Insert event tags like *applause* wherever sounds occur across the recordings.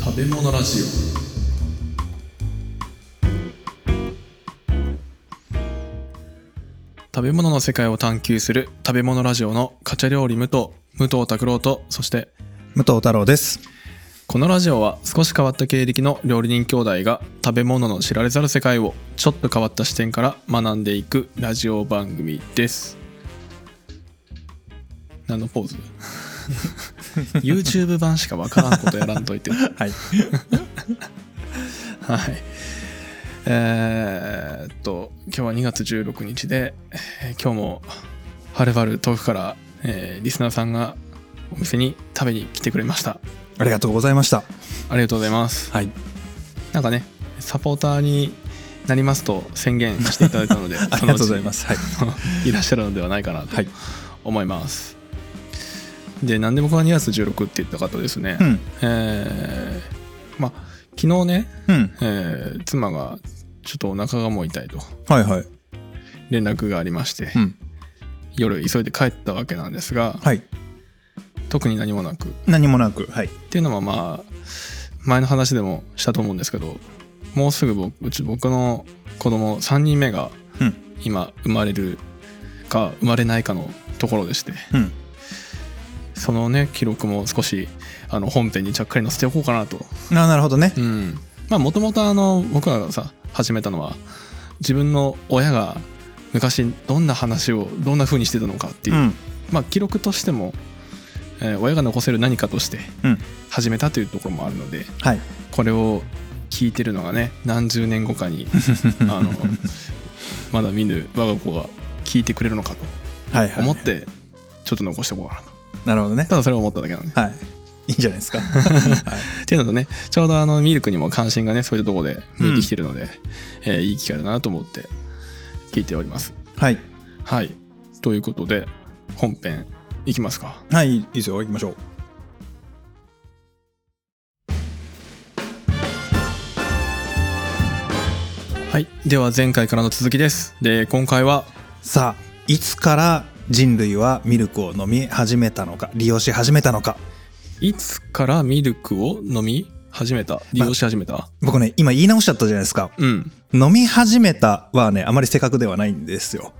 食べ物ラジオ食べ物の世界を探求する食べ物ラジオのカチャ料理武藤武藤拓郎とそして武藤太郎です。このラジオは少し変わった経歴の料理人兄弟が食べ物の知られざる世界をちょっと変わった視点から学んでいくラジオ番組です何のポーズ *laughs* YouTube 版しかわからんことやらんといてはい。はい。えーっと、今日は2月16日で、えー今日もはるばる遠くから、えーリスナーさんがお店に食べに来てくれました。ありがとうございました。ありがとうございます。はい。なんかね、サポーターになりますと宣言していただいたので、。*laughs* ありがとうございますす。はい。いらっしゃるのではないかなとはい。思います。で、なんで僕は2月16って言った方ですね。うん。えーまあ、昨日ね、うん。えー妻がちょっとお腹がもう痛いとはいはい。連絡がありまして、うん。夜急いで帰ったわけなんですが、はい。特に何もなくっ何もなく。はい。ていうのはまあ前の話でもしたと思うんですけどもうすぐ僕うち僕の子供3人目がうん。今生まれるか生まれないかのところでしてうん。そのね記録も少しあの本編にちゃっかり載せておこうかなとななるほどねう。ん、まあもともとあの僕らがさ始めたのは自分の親が昔どんな話をどんな風にしてたのかっていう、うん。まあ記録としても、えー親が残せる何かとしてうん。始めたというところもあるのではい。これを聞いてるのがね何十年後か *laughs* にあのまだ見ぬ我が子が聞いてくれるのかはいとは思いっ。てちょっと残しておこうかなとなるほどねた。だそれを思っただけなんではい。いいんじゃない *laughs* ですか。はいっていうのとねちょうどあのミルクにも関心がねそういうところで向いてきてるので、えーいい機会だなと思って聞いておりますはい。はいということで本編いきますかはい。いいですよ。行きましょう。はいでは前回からの続きですで今回はさあ、いつから人類はミルクを飲み始めたのか、利用し始めたのか。いつからミルクを飲み始めた利用し始めた、僕ね、今言い直しちゃったじゃないですか。うん飲み始めたはね、あまり正確ではないんですよ。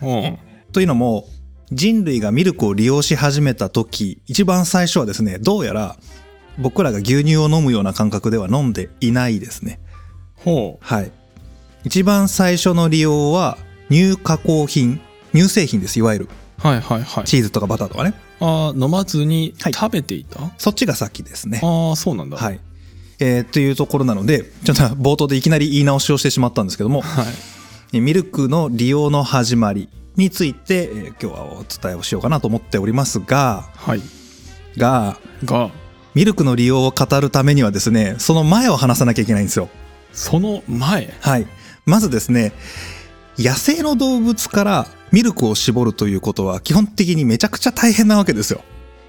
うんというのも人類がミルクを利用し始めた時一番最初はですねどうやら僕らが牛乳を飲むような感覚では飲んでいないですねほはい一番最初の利用は乳加工品乳製品ですいわゆるうはいはいはいチーズとかバターとかねあー飲まずにはい食べていた、そっちが先ですねああそうなんだはいえーというところなのでちょっと冒頭でいきなり言い直しをしてしまったんですけどもはい、えミルクの利用の始まりについて、えー今日はお伝えをしようかなと思っておりますがはい、ががミルクの利用を語るためにはですね、その前を話さなきゃいけないんですよ。その前はい。まずですね、野生の動物からミルクを絞るということは基本的にめちゃくちゃ大変なわけですよ。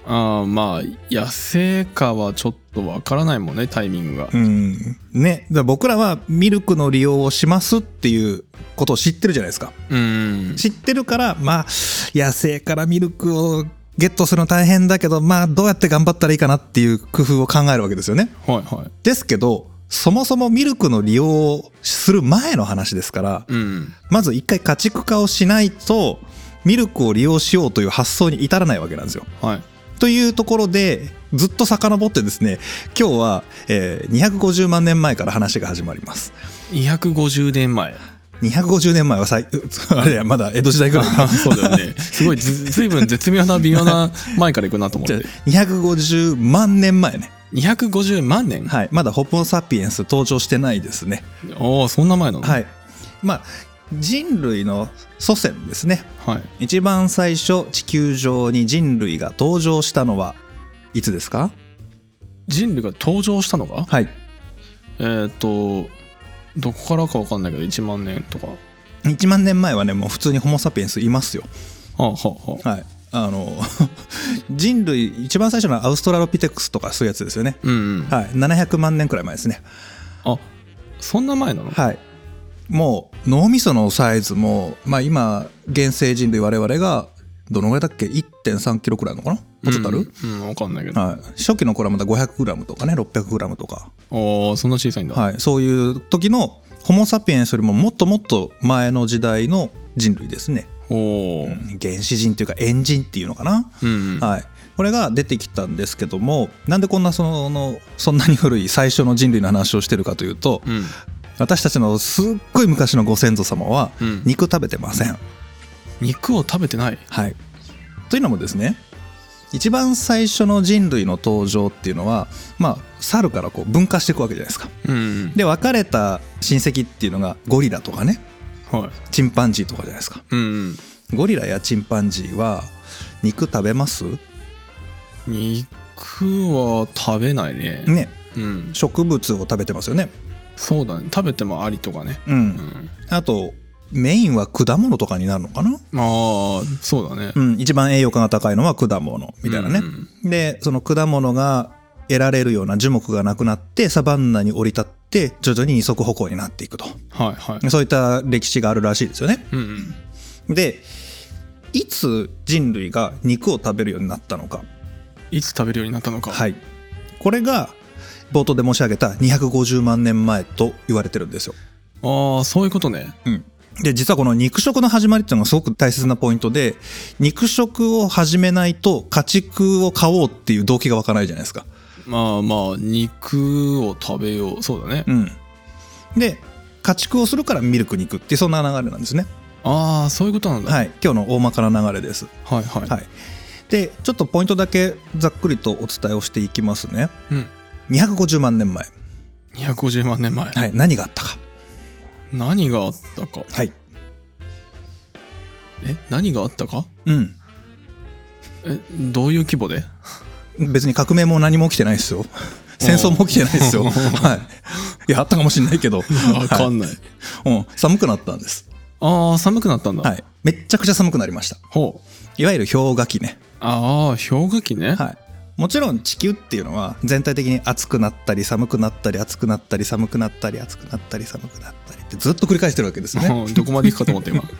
あーまあ野生かはちょっとわからないもんねタイミングがうん。ね。だから僕らはミルクの利用をしますっていうことを知ってるじゃないですか。うん知ってるから、まあ、野生からミルクをゲットするの大変だけど、まあ、どうやって頑張ったらいいかなっていう工夫を考えるわけですよね。はいはですけど、そもそもミルクの利用をする前の話ですから、いうんまず一回家畜化をしないと、ミルクを利用しようという発想に至らないわけなんですよ。はいというところで、ずっと遡ってですね、今日は、えー250万年前から話が始まります。 250年前250年前はさい、 *laughs* あれや、まだ江戸時代ぐら *laughs* いかあ *laughs* そうだよねすごいずずいぶん絶妙な微妙な前からいくなと思っ *laughs* じゃあて250万年前ね。 250万年、はい。まだホポサピエンス登場してないですね。おおそんな前なのい、はい。まあ、人類の祖先ですね。はい、一番最初、地球上に人類が登場したのは、いつですか人類が登場したのがはい。えーっ、とどこからかわかんないけど1万年とか1万年前はねもう普通にホモ・サピエンスいますよあはははいあの *laughs* 人類一番最初のアウストラロピテクスとかそういうやつですよねうん、うん、はい700万年くらい前ですねあそんな前なのはいもう脳みそのサイズもまあ今現生人類我々がどのぐらいだっけ1.3キロくらいあるのかなもうちょっとある、うん、うんわかんないけど。はい、初期の頃はまだ500グラムとかね600グラムとか、おお、そんな小さいんだ。はい、そういう時のホモ・サピエンスよりももっともっと前の時代の人類ですねおお、原始人というかエンジンっていうのかな、うん、はい、これが出てきたんですけどもなんでこんなそのそんなに古い最初の人類の話をしてるかというとうん、私たちのすっごい昔のご先祖様はうん、肉食べてません。肉を食べてない。はい、というのもですね一番最初の人類の登場っていうのは、まあ、猿からこう分化していくわけじゃないですか。うん、で別れた親戚っていうのがゴリラとかねはい、チンパンジーとかじゃないですか。うん、ゴリラやチンパンジーは肉食べます肉は食べないね。ねうん、植物を食べてますよね。そうだね。食べてもありとかね。う、うんん、あとメインは果物とかになるのかな、ああ、そうだね。うん、一番栄養価が高いのは果物みたいなねう、んでその果物が得られるような樹木がなくなってサバンナに降り立って徐々に二足歩行になっていくとはい、はい。そういった歴史があるらしいですよねうんうん、でいつ人類が肉を食べるようになったのかいつ食べるようになったのか。はいこれが冒頭で申し上げた250万年前と言われてるんですよああ、そういうことね。で実はこの肉食の始まりっていうのがすごく大切なポイントで肉食を始めないと家畜を買おうっていう動機が湧かないじゃないですか。まあまあ、肉を食べよう。そうだね。うん、で家畜をするからミルクに行くっていうそんな流れなんですね。ああ、そういうことなんだ。はい、今日の大まかな流れです。はい、はい。はい、でちょっとポイントだけざっくりとお伝えをしていきますね。うん、 250万年前、 250万年前。はい、何があったか。何があったか。はいえ、何があったかうんえ、どういう規模で別に革命も何も起きてないですよ。戦争も起きてないですよ。おーはい。いや、あったかもしれないけど。わかんない。うん、寒くなったんです。ああ、寒くなったんだ。はい。めっちゃくちゃ寒くなりました。ほう。いわゆる氷河期ね。ああ、氷河期ね。はい。もちろん地球っていうのは全体的に暑くなったり寒くなったり暑くなったり寒くなったり暑くなったり寒くなったりってずっと繰り返してるわけですね。 *laughs* うんどこまで行くかと思った今。ま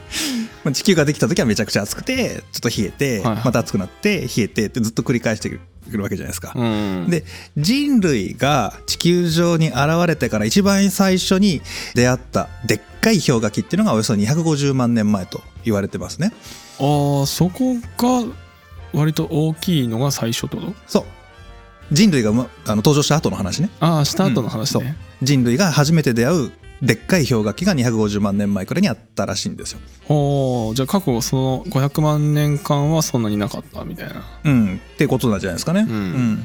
あ *laughs* 地球ができた時はめちゃくちゃ暑くてちょっと冷えてはいはいまた暑くなって冷えてってずっと繰り返してくるわけじゃないですか。うん。で人類が地球上に現れてから一番最初に出会ったでっかい氷河期っていうのがおよそ250万年前と言われてますね。ああ、そこが割と大きいのが最初ってことそう人類が、ま、あの登場した後の話ねああ、した後の話ね。人類が初めて出会うでっかい氷河期が250万年前くらいにあったらしいんですよ。ほう。じゃあ過去その500万年間はそんなになかったみたいな。うん、っていうことなんじゃないですかね。うん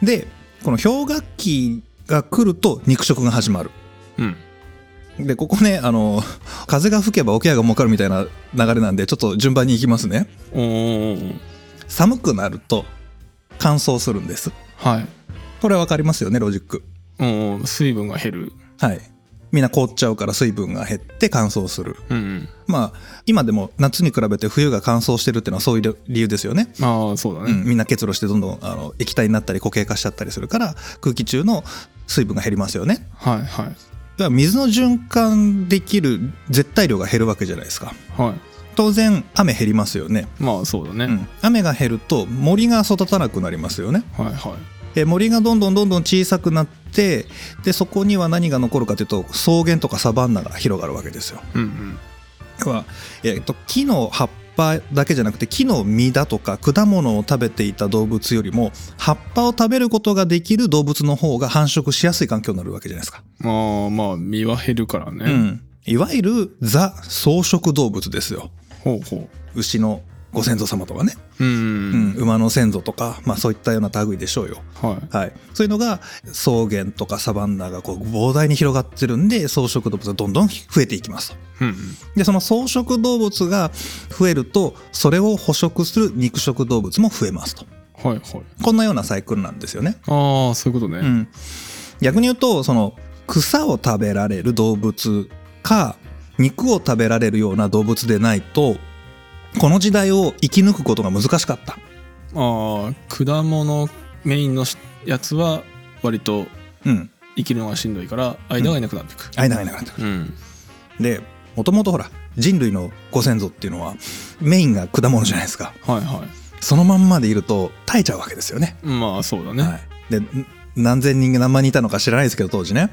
うんでこの氷河期が来ると肉食が始まる。うん。でここねあの風が吹けば桶屋が儲かるみたいな流れなんでちょっと順番に行きますね。おー。寒くなると乾燥するんです。はい。これわかりますよねロジック。おー水分が減る。はい。みんな凍っちゃうから水分が減って乾燥する。うん。まあ今でも夏に比べて冬が乾燥してるっていうのはそういう理由ですよね。ああ、そうだうね。ん、みんな結露してどんどんあの液体になったり固形化しちゃったりするから空気中の水分が減りますよね。はいはい。だから水の循環できる絶対量が減るわけじゃないですか。は当然雨減りますよね。い。まあそうだね。うん、雨が減ると森が育たなくなりますよね。はいはい。えー森がどんどんどんどん小さくなってでそこには何が残るかというと草原とかサバンナが広がるわけですよ。うんうん。要は、えー、と木の葉っぱだけじゃなくて木の実だとか果物を食べていた動物よりも葉っぱを食べることができる動物の方が繁殖しやすい環境になるわけじゃないですか。まあまあ、身は減るからね。うん、いわゆるザ草食動物ですよ。ほうほ牛のご先祖様とかね、う。う。うんん、馬の先祖とか、まあ、そういったような類でしょうよ。はい。はい、そういうのが草原とかサバンナがこう膨大に広がってるんで草食動物がどんどん増えていきますとうんうん。でその草食動物が増えるとそれを捕食する肉食動物も増えますとはいはい。こんなようなサイクルなんですよね、ああ、そういうことうね。ん、逆に言うとその草を食べられる動物か肉を食べられるような動物でないとこの時代を生き抜くことが難しかった、ああ、果物メインのしやつは割とうん、生きるのがしんどいから間がいなくなっていく。間がいなくなったうん。でもともとほら人類のご先祖っていうのはメインが果物じゃないですかはいはそのまんまでいると耐えちゃうわけですよね。いまあそうだね、はい、でん何千人が何万人いたのか知らないですけど当時ね、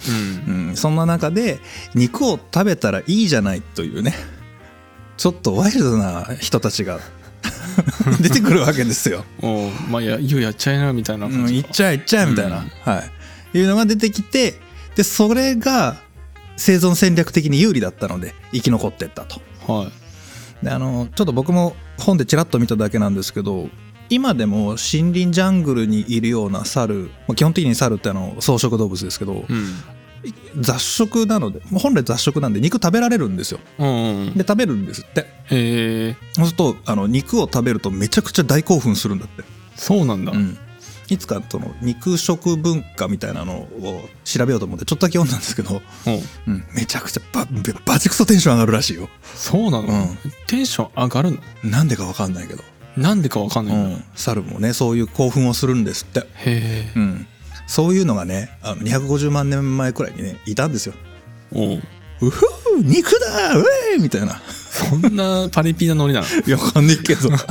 うんうん、そんな中で肉を食べたらいいじゃないというねちょっとワイルドな人たちが *laughs* 出てくるわけですよ。おうまあいやいよいよやっちゃいなみたいなう感ん、じ行っちゃえ行っちゃえみたいうな、んはい、いうのが出てきてでそれが生存戦略的に有利だったので生き残ってったと。ゃはいであのちょっと僕も本でちらっと見ただけなんですけど今でも森林ジャングルにいるような猿、まあ、基本的に猿ってあの草食動物ですけど、うん雑食なのでもう本来雑食なんで肉食べられるんですようんうんで食べるんですってへえそうするとあの肉を食べるとめちゃくちゃ大興奮するんだって、そうなんだ、うんいつかその肉食文化みたいなのを調べようと思ってちょっとだけ読んだんですけど、おううん、めちゃくちゃババチクソテンション上がるらしいよ、そうなの、うテンション上がるのん、なんでかわかんないけど、なんでかわかんうないんだ、ん、猿もねそういう興奮をするんですってへうん、そういうのがねあの250万年前くらいにねいたんですよ。えおううふう肉だうえーみたいな。そんなパリピなノリなのいやわかんないけど。 *laughs*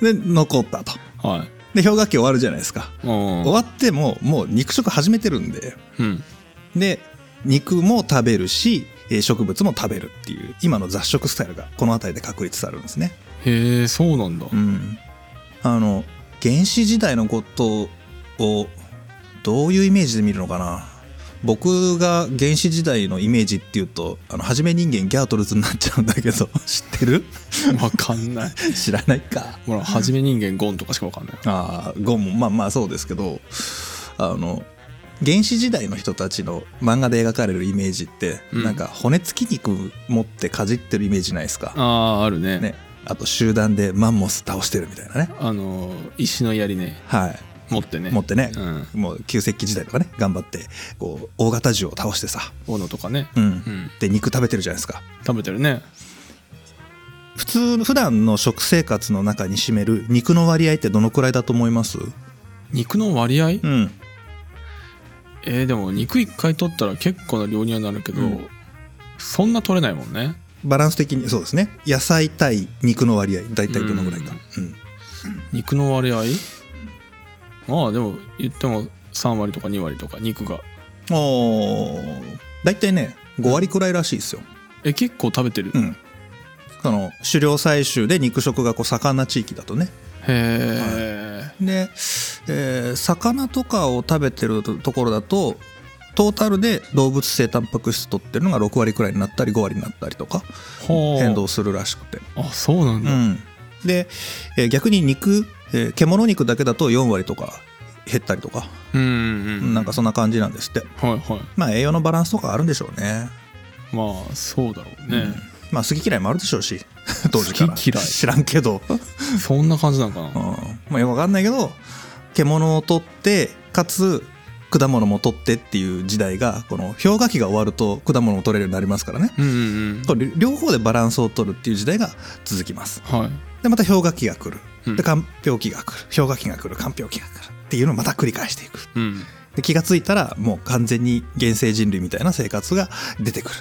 で残ったと。 *laughs* はいで氷河期終わるじゃないですか。お終うわってももう肉食始めてるんでうんで肉も食べるしえー植物も食べるっていう今の雑食スタイルがこの辺りで確立されるんですね。へえそうなんだ、うん、あの原始時代のことをどういうイメージで見るのかな僕が原始時代のイメージっていうとあの初め人間ギャートルズになっちゃうんだけど知ってる *laughs* わかんない知らないかほらはじめ人間ゴンとかしかわかんないああゴンもまあまあそうですけどあの原始時代の人たちの漫画で描かれるイメージって、うんなんか骨付き肉持ってかじってるイメージないですかあああるねねあと集団でマンモス倒してるみたいなねあの石の槍ねはい持ってね持ってね、うんもう旧石器時代とかね頑張ってこう大型獣を倒してさ、斧とかねうんうんで肉食べてるじゃないですか食べてるね普通普段の食生活の中に占める肉の割合ってどのくらいだと思います肉の割合、うんえーでも肉1回取ったら結構な量にはなるけど、うんそんな取れないもんねバランス的にそうですね野菜対肉の割合大体どのぐらいか、うん肉の割合まあでも言っても3割とか2割とか肉がおー大体ね5割くらいらしいですよ、え結構食べてる、うへん、その狩猟採集で肉食がこう盛んな地域だとねえ、で、えー魚とかを食べてるところだとトータルで動物性タンパク質取ってるのが6割くらいになったり5割になったりとかはあ変動するらしくて、あそうなんうだ、ん、で、えー逆に肉、えー獣肉だけだと4割とか減ったりとか、うん、うんうんなんかそんな感じなんですってはいはいまあ栄養のバランスとかあるんでしょうねまあそうだろううねん、まあ好き嫌いもあるでしょうし *laughs* 当時から好き嫌い知らんけどそんな感じなのかな、うんまあ、よくわかんないけど獣を取ってかつ果物も取ってっていう時代がこの氷河期が終わると果物も取れるようになりますからねうんうんこれ両方でバランスを取るっていう時代が続きますうんはいでまた氷河期が来るうんで寒氷期が来る氷河期が来る寒氷期が来るっていうのをまた繰り返していくうんで気がついたらもう完全に原生人類みたいな生活が出てくる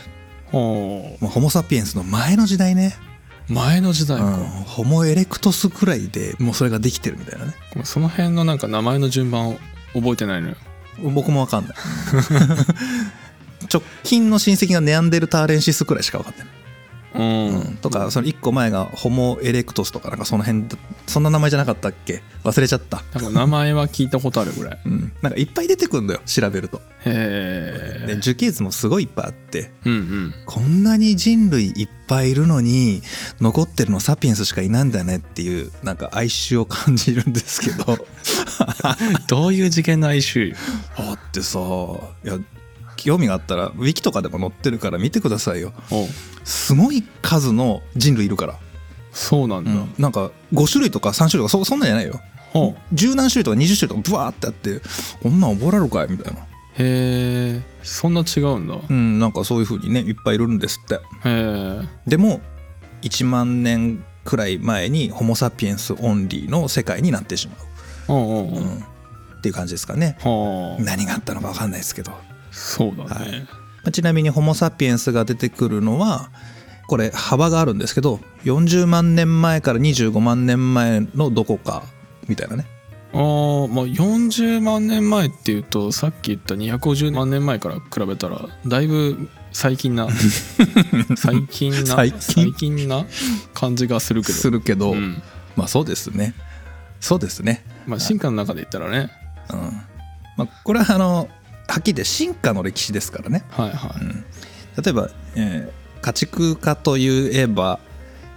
はもうホモ・サピエンスの前の時代ね、あ前の時代うん、か、ホモ・エレクトスくらいでもうそれができてるみたいなねその辺のなんか名前の順番を覚えてないのよ僕もわかんない直近の親戚がネアンデルターレンシスくらいしかわかんない、うん、うんとかその1個前がホモ・エレクトスとかなんかその辺だそんな名前じゃなかったっけ忘れちゃった、なんか名前は聞いたことあるぐらいうん、なんかいっぱい出てくるんだよ調べるとへでえ樹形図もすごいいっぱいあってうんうんこんなに人類いっぱいいるのに残ってるのサピエンスしかいないんだねっていうなんか哀愁を感じるんですけ *laughs* どどういう次元の哀 *laughs* 愁だってさいや興味があったらウィキとかでも載ってるから見てくださいよおすごい数の人類いるから、そうなんだ、なんか5種類とか3種類とかそそんなんじゃないよお十何種類とか20種類とかブワーってあってこんなん覚えられるかいみたいなへえそんな違うんだ、うんなんかそういう風にねいっぱいいるんですってへえでも1万年くらい前にホモ・サピエンスオンリーの世界になってしまうんうんう、ううんん、っていう感じですかねはあ何があったのか分かんないですけどそうだね、はいまあちなみにホモ・サピエンスが出てくるのはこれ幅があるんですけど40万年前から25万年前のどこかみたいなねあーまあ40万年前っていうとさっき言った250万年前から比べたらだいぶ最近 *laughs* な最近な最近な感じがするけどするけど、うんまあそうですねそうですね、まあ、進化の中で言ったらねうんまあ、これはあのはっきり言って進化の歴史ですからねはいはい、例えば、えー家畜化といえば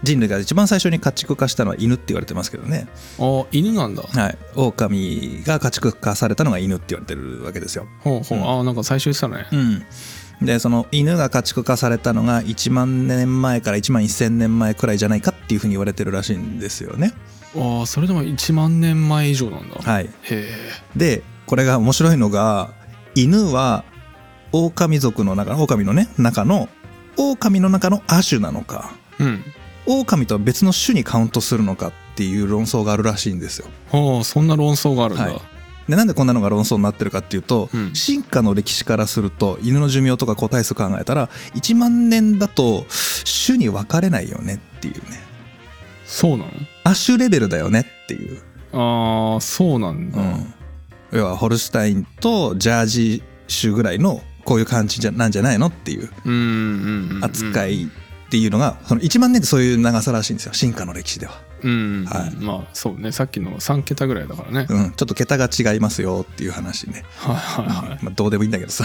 人類が一番最初に家畜化したのは犬って言われてますけどね、ああ犬なんだはい、狼が家畜化されたのが犬って言われてるわけですよ、ほうほう、うんああなんか最初言ってたねうん、でその犬が家畜化されたのが1万年前から1万1,000年前くらいじゃないかっていうふうに言われてるらしいんですよねああそれでも1万年前以上なんだ、はいへでこれが面白いのが犬は狼族の中の狼のね中の狼の中の亜種なのかえうん狼とは別の種にカウントするのかっていう論争があるらしいんですよ。ああそんな論争があるんだ、はいでなんでこんなのが論争になってるかっていうと、うん進化の歴史からすると犬の寿命とか個体数考えたら1万年だと種に分かれないよねっていうねそうな亜種レベルだよねっていう、のああそうなんだ、うん要はホルスタインとジャージー種ぐらいのこういう感じじゃなんじゃないのっていううん、うんうんうん扱いっていうのが、その1万年ってそういう長さらしいんですよ進化の歴史では、うん、はいまあそうねさっきの3桁ぐらいだからね、うん、ちょっと桁が違いますよっていう話ね、はいはいはいまあ、どうでもいいんだけどさ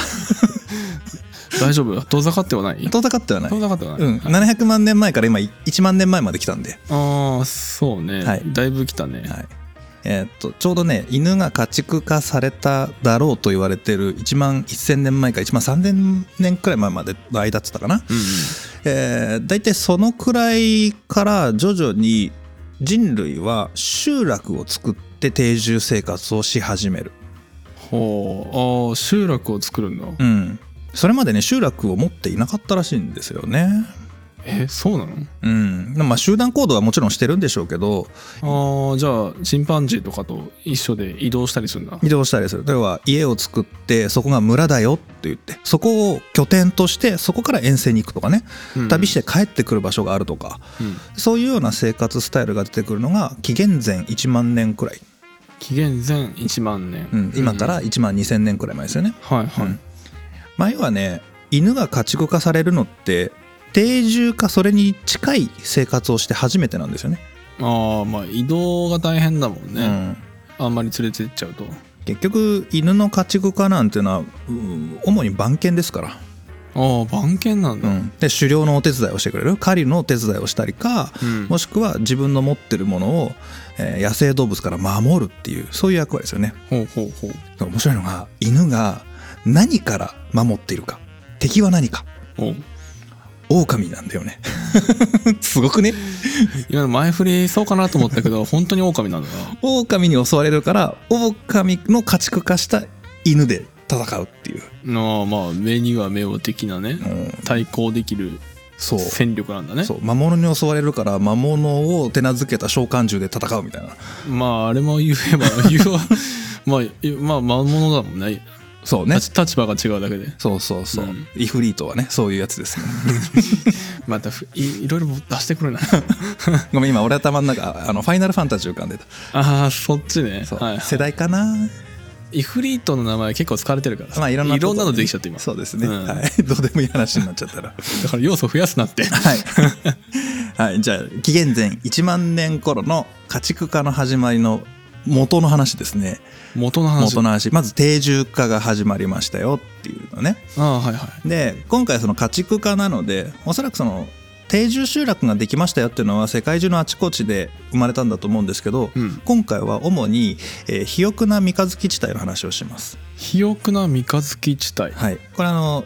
大丈夫 *laughs* 遠ざかってはない遠ざかってはない遠ざかってはない、うん、はい700万年前から今1万年前まで来たんで、ああそうね、はいだいぶ来たね、はいえーっとちょうどね犬が家畜化されただろうと言われてる1万1,000年前から1万3,000年くらい前までの間っつったかな、うんうんえー、大体そのくらいから徐々に人類は集落を作って定住生活をし始める、ほうああ集落を作るんだ、うん、それまでね集落を持っていなかったらしいんですよね。えそうなのうん、まあ集団行動はもちろんしてるんでしょうけど、ああじゃあチンパンジーとかと一緒で移動したりするんだ移動したりする要は家を作ってそこが村だよって言ってそこを拠点としてそこから遠征に行くとかねうん旅して帰ってくる場所があるとかうんそういうような生活スタイルが出てくるのが紀元前1万年くらい、紀元前1万年、うん、今かうんら1万2,000年くらい前ですよね。はいはい、うんまあ、要はね犬が家畜化されるのって定住かそれに近い生活をして初めてなんですよね。ああまあ移動が大変だもんうね、んあんまり連れてっちゃうと結局犬の家畜化なんていうのはうん主に番犬ですから。ああ番犬なんうだ、ん、で狩猟のお手伝いをしてくれる狩りのお手伝いをしたりか、うんもしくは自分の持ってるものを、えー野生動物から守るっていうそういう役割ですよねほうほうほう面白いのが犬が何から守っているか敵は何かほう狼なんだよね *laughs* すごくね今の前振りそうかなと思ったけ *laughs* ど本当に狼なんだな狼に襲われるから狼の家畜化した犬で戦うっていう、ああまあ目には目を的なねうん、対抗できるそう戦力なんだねそう魔物に襲われるから魔物を手なずけた召喚獣で戦うみたいなまああれも言 *laughs* えば言うわまあいまあ魔物だもんねそうね立立場が違うだけでそうそうそう、うんイフリートはねそういうやつですねまたふいいろいろ出してくるな *laughs* *laughs* ごめん今俺頭の中あのファイナルファンタジー浮かんでた、ああそっちねそうはい世代かなイフリートの名前結構疲れてるからさまあいろんなことのできちゃって今そうですね、うんはいどうでもいい話になっちゃったらだから要素増やすな *laughs* ってはい、はい、 *laughs* じゃあ紀元前1万年頃の家畜化の始まりの元の話ですね元の話元の話まず定住化が始まりましたよっていうのねああはいはいで今回その家畜化なのでおそらくその定住集落ができましたよっていうのは世界中のあちこちで生まれたんだと思うんですけど、うん今回は主に、えー肥沃な三日月地帯の話をします。肥沃な三日月地帯はい、これあの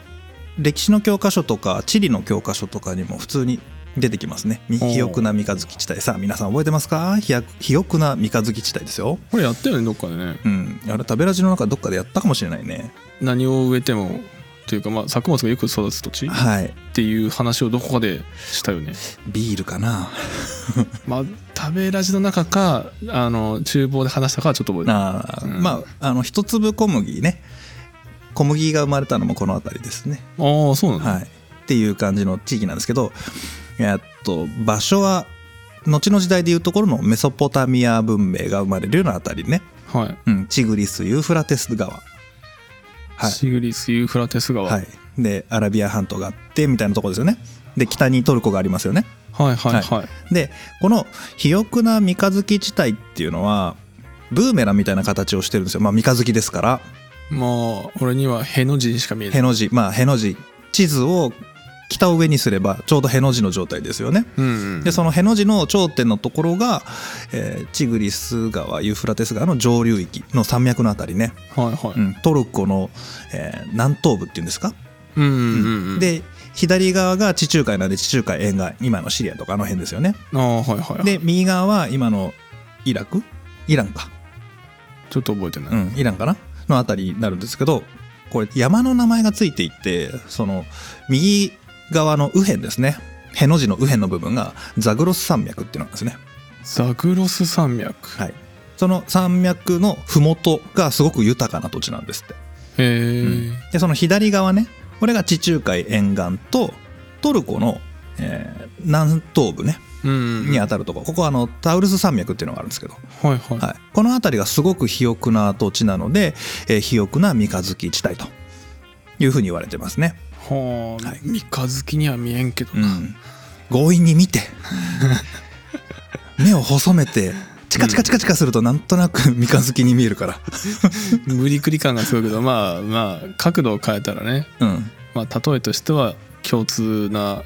歴史の教科書とか地理の教科書とかにも普通に出てきますね。みおー肥沃な三日月地帯さあ皆さん覚えてますか肥沃肥沃な三日月地帯ですよ。これやったよねどっかでねうん、あれ食べラジの中どっかでやったかもしれないね。何を植えてもというかまあ作物がよく育つ土地っはい、ていう話をどこかでした *laughs* よねビールかな。まあ食べラジの中かあの厨房で話したかはちょっと覚えてないあーうんまああの一粒小麦ね小麦が生まれたのもこの辺りですね。ああそうなんだ、はい、っていう感じの地域なんですけど、えっと場所は後の時代でいうところのメソポタミア文明が生まれるような辺りね、はいうん、チグリスユーフラテス川、はいシグリス・ユーフラテス川、はい、でアラビア半島があってみたいなところですよねで北にトルコがありますよねはいはいはいでこの肥沃な三日月地帯っていうのはブーメランみたいな形をしてるんですよ、まあ、三日月ですからまあ俺にはへの字にしか見えなへいの字まあへの字地図を北を上にすればちょうどへの字の状態ですよねうんうんでそのへの字の頂点のところが、えーチグリス川ユーフラテス川の上流域の山脈のあたりね、はいはういん、トルコの、えー南東部っていうんですか、うんうんうんうんで左側が地中海なんで地中海沿岸今のシリアとかあの辺ですよねああはいはいはいで右側は今のイラクイランかちょっと覚えてない、うんイランかなのあたりになるんですけどこれ山の名前がついていてその右側の右辺ですねへの字の右辺の部分がザグロス山脈っていうのなんですねザグロス山脈、はい、その山脈の麓がすごく豊かな土地なんですってへえ、でその左側ねこれが地中海沿岸とトルコの、えー南東部ねうんうんにあたるとこここはあのタウルス山脈っていうのがあるんですけど、はいはい、はい、この辺りがすごく肥沃な土地なので、えー肥沃な三日月地帯というふうに言われてますね、はあ、はい三日月には見えんけどうな、ん、強引に見て *laughs* 目を細めてチカチカチカチカするとなんとなく三日月に見えるから、無理くり感がすごいけどまあまあ角度を変えたらね、うん、まあ、例えとしては共通な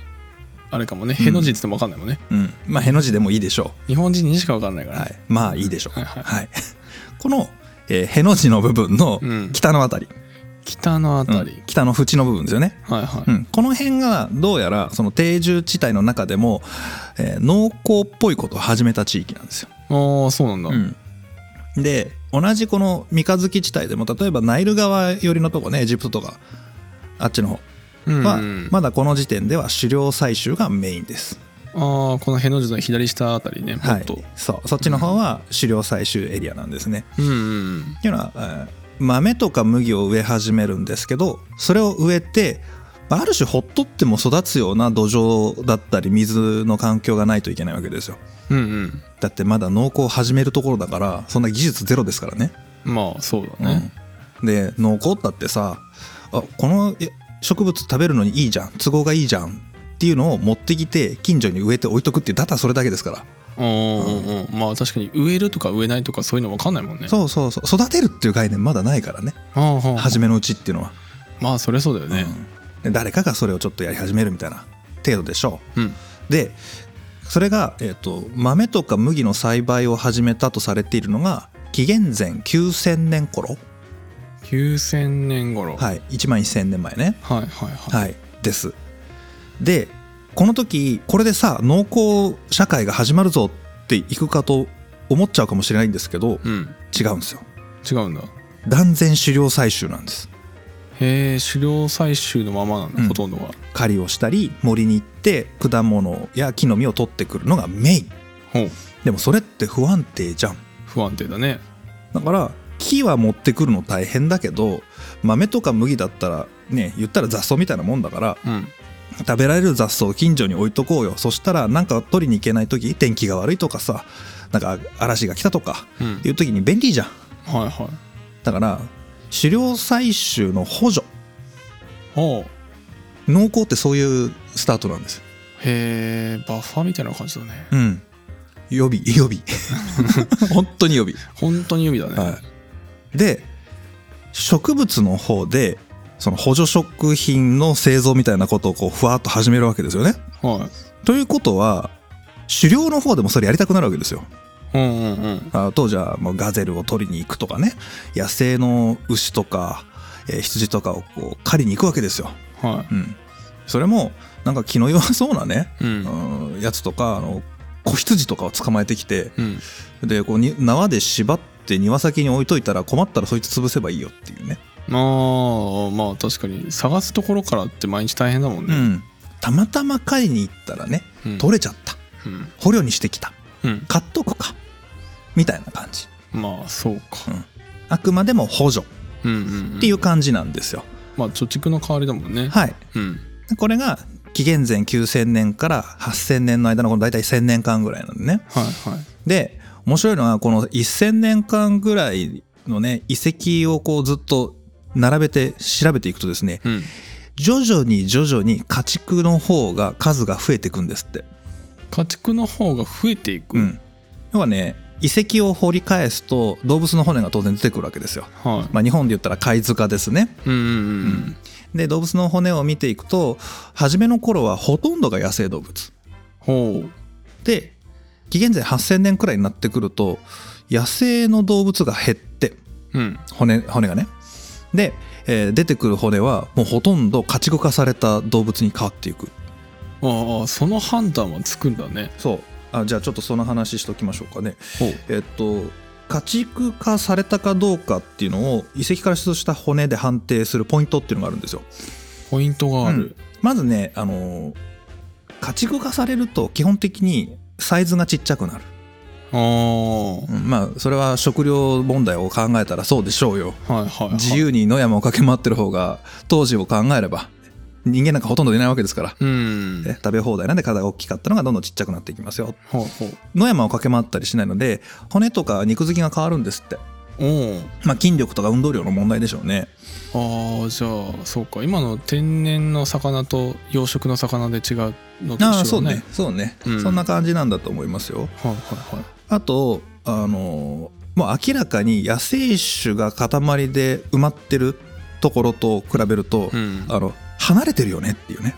あれかもねへの字って言っても分かんないもんね、うん、まあへの字でもいいでしょ日本人にしか分かんないかう、ら、はい、まあいいでしょう、はいはいはい、 *laughs* この、えーへの字の部分のうん北のあたり、北のあたり、うん北の縁の部分ですよね、はいはい、うん、この辺がどうやらその定住地帯の中でも、えー農耕っぽいことを始めた地域なんですよ、ああそうなんだ、うん、で同じこの三日月地帯でも例えばナイル川寄りのとこねエジプトとかあっちの方うんは、まだこの時点では狩猟採集がメインですああこのへの字の左下あたりねもはっいと、そうそっちの方は狩猟採集エリアなんですね、うんうんっていうのは、えー豆とか麦を植え始めるんですけどそれを植えてまあある種ほっとっても育つような土壌だったり水の環境がないといけないわけですようんうんだってまだ農耕を始めるところだからそんな技術ゼロですからね、まあそうだね、うんで農耕だってさあこのえ植物食べるのにいいじゃん都合がいいじゃんっていうのを持ってきて近所に植えて置いとくっていうだったらそれだけですからうん、うんうんまあ確かに植えるとか植えないとかそういうの分かんないもんねそうそうそう育てるっていう概念まだないからねああはあ初めのうちっていうのはまあそれそうだよねうんで誰かがそれをちょっとやり始めるみたいな程度でしょうんうでそれが、えー、と豆とか麦の栽培を始めたとされているのが紀元前9000年頃9000年頃はいはい1万1000年前ねはいはいはいですでこの時これでさ農耕社会が始まるぞっていくかと思っちゃうかもしれないんですけどうん違うんですよ違うんだ断然狩猟採集なんですへえ狩猟採集のままなんだ、うんほとんどは狩りをしたり森に行って果物や木の実を取ってくるのがメインほうでもそれって不安定じゃん不安定だねだから木は持ってくるの大変だけど豆とか麦だったらね言ったら雑草みたいなもんだからうん食べられる雑草を近所に置いとこうよそしたらなんか取りに行けない時天気が悪いとかさなんか嵐が来たとかうんいう時に便利じゃんはいはいだから狩猟採集の補助ほう農耕ってそういうスタートなんですへえバッファーみたいな感じだねうん予備予備本当に予備本当に指だね、はい、で植物の方でその補助食品の製造みたいなことをこうふわっと始めるわけですよね。はということは狩猟の方でもそれやりたくなるわけですよ。い、うんうんうんあ当時はもうガゼルを取りに行くとかね野生の牛とか、えー羊とかをこう狩りに行くわけですよ。はうん、それもなんか気の弱そうなね、いうんうん、やつとかあの子羊とかを捕まえてきてうんでこうに縄で縛って庭先に置いといたら困ったらそいつ潰せばいいよっていうね。まあまあ確かに探すところからって毎日大変だもんうね、ん、たまたま買いに行ったらねうん取れちゃったうん捕虜にしてきたうん買っとくかみたいな感じまあそうかあくまでも補助うんうんうんっていう感じなんですよ。まあ貯蓄の代わりだもんねはい、うんこれが紀元前9000年から8000年の間のこの大体1000年間ぐらいなんでね。はいはいで面白いのはこの1,000年間ぐらいのね遺跡をこうずっと並べて調べていくとですねうん徐々に徐々に家畜の方が数が増えていくんですって。家畜の方が増えていく、うん、要はね遺跡を掘り返すと動物の骨が当然出てくるわけですよ。はまあ、日本で言ったら貝塚ですね。いうんうんうんで動物の骨を見ていくと初めの頃はほとんどが野生動物。ほうで紀元前8,000年くらいになってくると野生の動物が減ってうん骨骨がねで、えー出てくる骨はもうほとんど家畜化された動物に変わっていくああその判断はつくんだねそうあじゃあちょっとその話しときましょうかねほうえっと家畜化されたかどうかっていうのを遺跡から出土した骨で判定するポイントっていうのがあるんですよポイントがある、まずねあのー家畜化されると基本的にサイズがちっちゃくなる、あうんまあそれは食料問題を考えたらそうでしょうよあはいはい、はい、自由に野山を駆け回ってる方が当時を考えれば人間なんかほとんどいないわけですから、うんね食べ放題なんで体が大きかったのがどんどんちっちゃくなっていきますよほうほう野山を駆け回ったりしないので骨とか肉付きが変わるんですって、おうまあ、筋力とか運動量の問題でしょうねああじゃあそうか今の天然の魚と養殖の魚で違うのと一緒だねああそうねそうね、うんそんな感じなんだと思いますよはいはいはいあとあのもう明らかに野生種が塊で埋まってるところと比べると、うん、ああの離れてるよねっていうね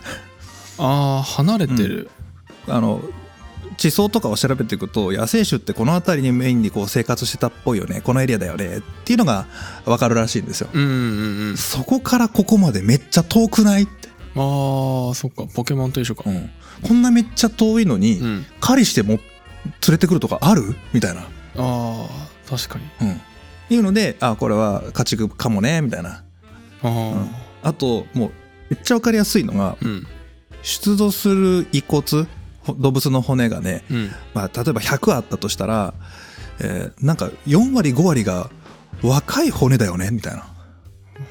あー離れてる、あの地層とかを調べていくと野生種ってこの辺りにメインにこう生活してたっぽいよねこのエリアだよねっていうのが分かるらしいんですよ、うん、うんうんそこからここまでめっちゃ遠くないって、ああそっかポケモンと一緒かこんなめっちゃ遠いのに、うん狩りしても連れてくるとかあるみたいな、ああ確かにうん、いうのであこれは家畜かもねみたいなああともうめっちゃ分かりやすいのがあうん出土する遺骨ほ動物の骨がねうんまあ、例えば100あったとしたら、えーなんか4割5割が若い骨だよねみたいなあ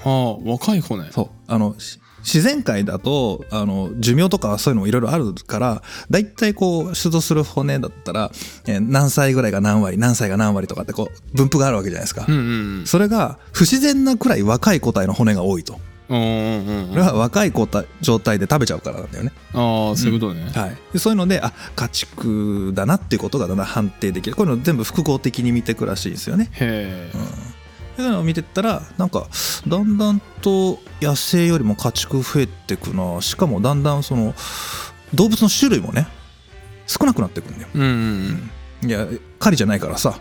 あ若い子ねそうあのし自然界だとあの寿命とかそういうのもいろいろあるからだいたいこう出土する骨だったら、えー何歳ぐらいが何割何歳が何割とかってこう分布があるわけじゃないですか、うんうんそれが不自然なくらい若い個体の骨が多いとうんうんうんこうんれあは若い個体状態で食べちゃうからなんだよねあそういうことね、はい、でそういうのであ家畜だなっていうことがだんだん判定できるこういうの全部複合的に見ていくらしいですよね。へえうん、そういうのを見てったらなんかだんだんと野生よりも家畜増えてくなしかもだんだんその動物の種類もね少なくなってくんだよ。うんうんいや狩りじゃないからさ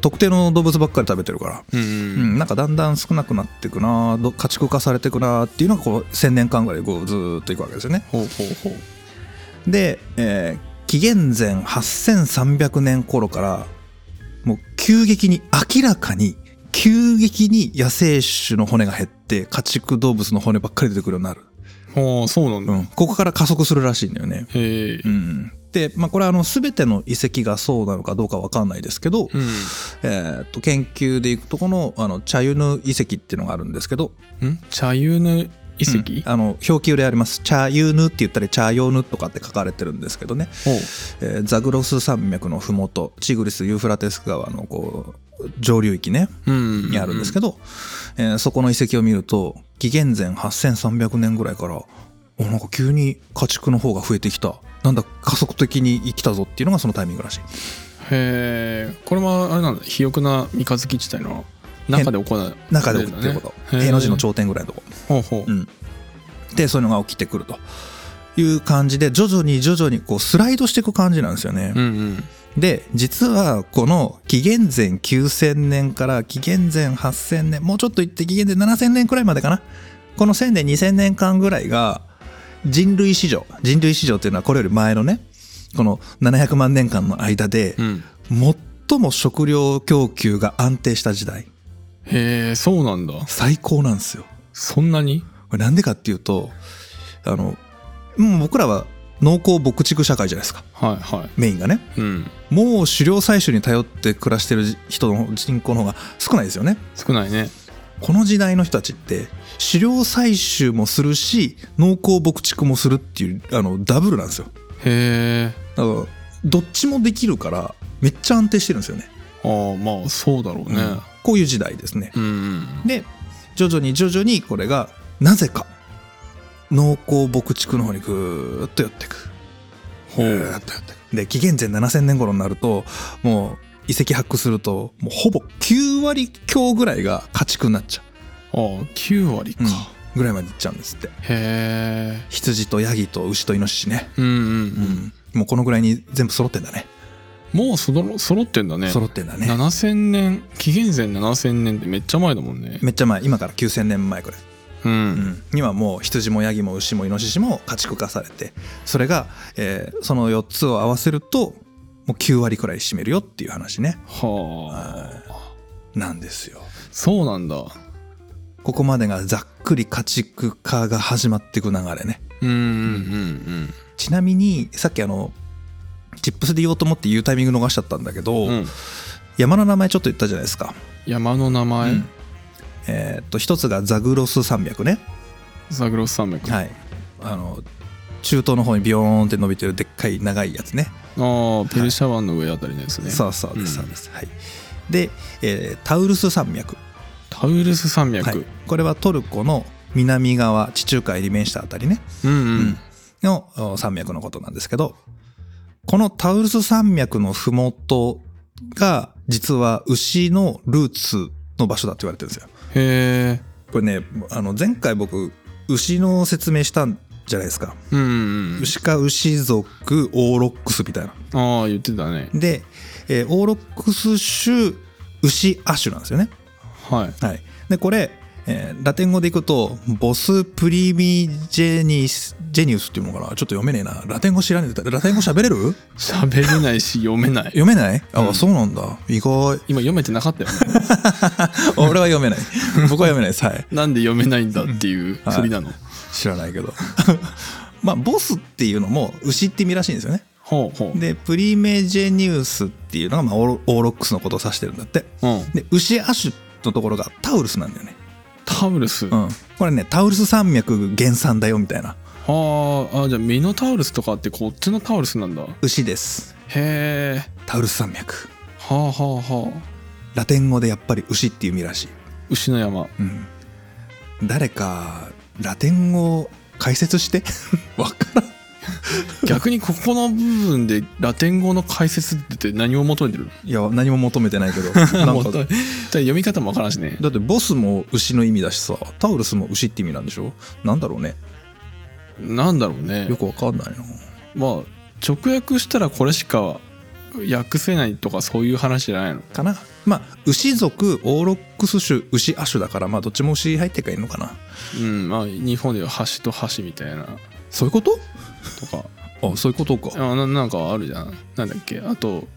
特定の動物ばっかり食べてるから、うんううんん、なんかだんだん少なくなってくなど家畜化されてくなっていうのがこう1,000年間ぐらいこうずーっといくわけですよね。ほうほうほうで、えー紀元前8300年頃からもう急激に明らかに急激に野生種の骨が減って家畜動物の骨ばっかり出てくるようになる、ほうそうなんだ、うん、ここから加速するらしいんだよね、へえうん、で、まあ、これはあの全ての遺跡がそうなのかどうかわかんないですけど、うえーっと研究でいくとこのあの茶湯の遺跡っていうのがあるんですけどんん茶湯の遺跡、うんあの表記裏あります「茶湯ぬ」って言ったり「茶用ぬ」とかって書かれてるんですけどねほうえーザグロス山脈のふもとチグリス・ユーフラテス川のこう上流域ねうんにあるんですけど、えーそこの遺跡を見ると紀元前8300年ぐらいからおなんか急に家畜の方が増えてきたなんだ加速的に生きたぞっていうのがそのタイミングらしいへえこれはあれなんだ肥沃な三日月地帯の中で行われるんだね中で起きてることへー平の字の頂点ぐらいのとこほうほう、うんでそういうのが起きてくるという感じで徐々に徐々にこうスライドしていく感じなんですよね、うんうんで実はこの紀元前9000年から紀元前8000年もうちょっといって紀元前7000年くらいまでかなこの1000年2000年間ぐらいが人類史上人類史上っていうのはこれより前のねこの700万年間の間でうん最も食料供給が安定した時代へえそうなんだ最高なんですよそんなにこれなんでかっていうとあのもう僕らは農耕牧畜社会じゃないですかはいはメインがねいうんもう狩猟採取に頼って暮らしてる人の人口の方が少ないですよね。少ないねこの時代の人たちって狩猟採集もするし農耕牧畜もするっていうあのダブルなんですよへえだからどっちもできるからめっちゃ安定してるんですよね、ああまあそうだろうねうんこういう時代ですねうん、で徐々に徐々にこれがなぜか農耕牧畜の方にぐーっと寄ってくほぐーっと寄ってくで紀元前7000年頃になるともう遺跡発掘するともうほぼ9割強ぐらいが家畜になっちゃああ9割か、う、ぐらいまでいっちゃうんですってへえ羊とヤギと牛とイノシシね、うんうんう、ん、もうこのぐらいに全部揃ってんだねもうそろ揃ってんだね揃ってんだね7000年紀元前7000年ってめっちゃ前だもんねめっちゃ前今から9,000年前くらい、うん、うん、にはもう羊もヤギも牛もイノシシも家畜化されてそれが、えーその4つを合わせるともう9割くらい占めるよっていう話ねはあなんですよそうなんだここまでがざっくり家畜化が始まっていく流れねうんうんちなみにさっきあのチップスで言おうと思って言うタイミング逃しちゃったんだけうど、んうん、うん、山の名前ちょっと言ったじゃないですか、山の名前、うんえーっと一つがザグロス山脈ねザグロス山脈、はい、あの中東の方にビヨーンって伸びてるでっかい長いやつねああペルシャ湾の上あたりのやつね、そうそうですうんそうです、はい、で、えータウルス山脈、タウルス山はい脈、、これはトルコの南側地中海に面したあたりねうんううんんのお山脈のことなんですけどこのタウルス山脈の麓が実は牛のルーツの場所だって言われてるんですよへえこれねあの前回僕牛の説明したんじゃないですか、うんうんうん牛か牛族オーロックスみたいなああ言ってたねで、えーオーロックス種牛亜種なんですよね。はいはい、でこれ、えーラテン語でいくとボスプリミジェニスジェニウスっていうのかなちょっと読めねえなラテン語知らねえラテン語喋れる喋れないし読めない読めないあ、うんそうなんだ意外今読めてなかったよね *laughs* *laughs* 俺は読 *laughs* めない僕は読めないですはいなんで読めないんだっていうはい振りなの、知らないけど *laughs* まあボスっていうのも牛って意味らしいんですよねほうほうでプリメジェニウスっていうのが、まあ、オーロオーロックスのことを指してるんだってうんで牛亜種のところがタウルスなんだよねタウルス、うん、これねタウルス山脈原産だよみたいなあーあじゃあミノタウルスとかってこっちのタウルスなんだへ牛ですえタウルス山脈はあはあはあラテン語でやっぱり牛っていう意味らしい、牛の *laughs* 山うん、誰かラテン語解説して *laughs* わからん逆にここの部分でラテン語の解説って何を求めて *laughs* るいや何も求めてないけどな *laughs* のん求かめだって読み方もわからんしねだってボスも牛の意味だしさタウルスも牛って意味なんでしょなんだろうねなんだろうねよくわかんないなまあ直訳したらこれしか訳せないとかそういう話じゃないのかなまあ牛族オーロックス種牛亜種だからまあどっちも牛入ってるからいいのかなうんまあ日本では橋と橋みたいなそういうこととかあそういうことかあななんかあるじゃんなんだっけあと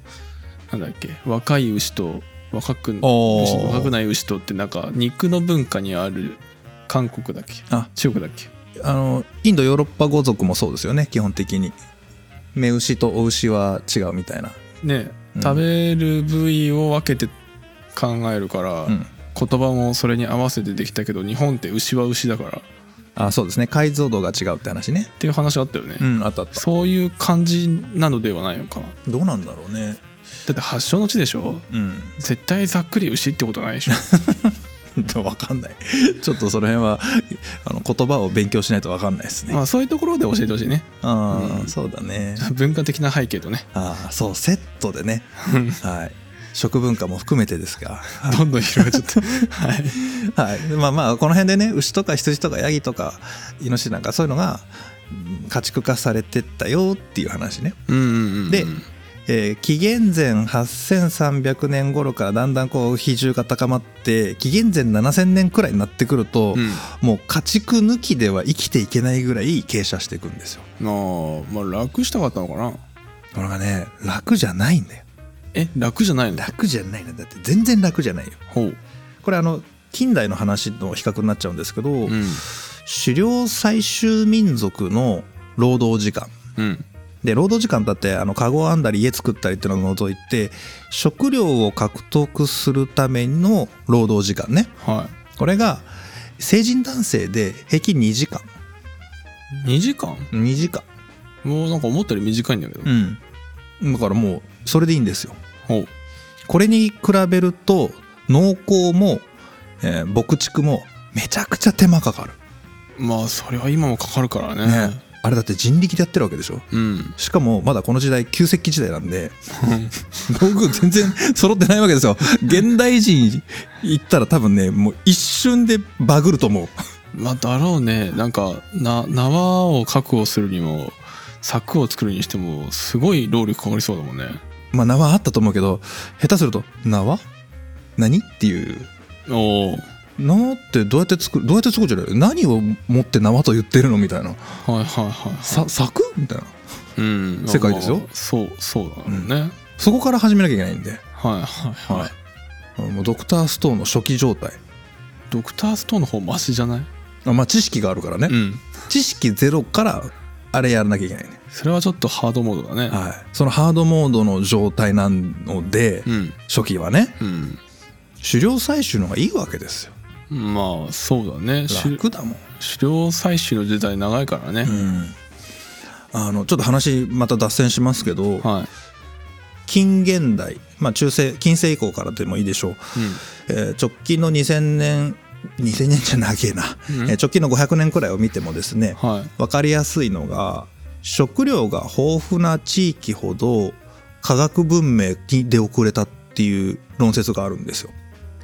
なんだっけ若い牛と若くー牛若くない牛とってなんか肉の文化にある韓国だっけあ中国だっけあのインドヨーロッパ語族もそうですよね基本的に目牛とお牛は違うみたいな、ね、うん食べる部位を分けて考えるから、うん、言葉もそれに合わせてできたけど日本って牛は牛だからっあそうですね解像度が違うって話ねていう話あったよね、うんあったあったそういう感じなのではないのかだどうなんだろうねって発祥の地でしょうん絶対ざっくり牛ってことないでし *laughs* ょわかん *laughs* ないちょっとその辺はあの言葉を勉強しないとわかんないですねまあそういうところで教えてほしいねああ、うんそうだね文化的な背景とねああそうセット *laughs* でねはい食文化も含めてですが *laughs* どんどん広がっちゃってはいはい、まあまあこの辺でね牛とか羊とかヤギとかイノシシなんかそういうのがうん家畜化されてったよっていう話ね、うんうんうんでえー紀元前8300年頃からだんだんこう比重が高まって紀元前7000年くらいになってくると、うんもう家畜抜きでは生きていけないぐらい傾斜していくんですよなあまあ楽したかったのかなこれがね楽じゃないんだよえ楽じゃないの楽じゃないんだって全然楽じゃないよほう、これあの近代の話の比較になっちゃうんですけど、うん狩猟採集民族の労働時間うん、で労働時間だってあのカゴを編んだり家作ったりっていうのを除いて食料を獲得するための労働時間ねはこれが成人男性で平均2時間2時間2時間もうなんか思ったより短いんだけど、うんだからもうそれでいいんですよほうこれに比べると農耕も、えー牧畜もめちゃくちゃ手間かかる、まあそれは今もかかるからねね、あれだって人力でやってるわけでしょうんしかもまだこの時代旧石器時代なんで *laughs* 道具全然揃ってないわけですよ現代人行ったら多分ねもう一瞬でバグると思うまあだろうねなんかな縄を確保するにも柵を作るにしてもすごい労力かかりそうだもんねまあ縄あったと思うけど下手すると縄何っていうおお縄ってどうやって作るどうやって作るじゃない何を持って縄と言ってるのみたいなはいはいはいさ柵みたいなうん世界ですよまあそうそうだろうね、はいそこから始めなきゃいけないんで、はいはい、い、もうドクターストーンの初期状態ドクターストーンの方マシじゃないあまあ知識があるからね、うん知識ゼロからあれやらなきゃいけないねそれはちょっとハードモードだね、はい、そのハードモードの状態なので、うん初期はねうん狩猟採集の方がいいわけですよまあそうだね狩楽だもん、狩猟採集の時代長いからねう、ん、あのちょっと話また脱線しますけど、はい、近現代、まあ、中世近世以降からでもいいでしょう、えー直近の2000年2000年じゃ長えな、うんえー直近の500年くらいを見てもですねうん、はい分かりやすいのが食料が豊富な地域ほど科学文明に出遅れたっていう論説があるんですよ。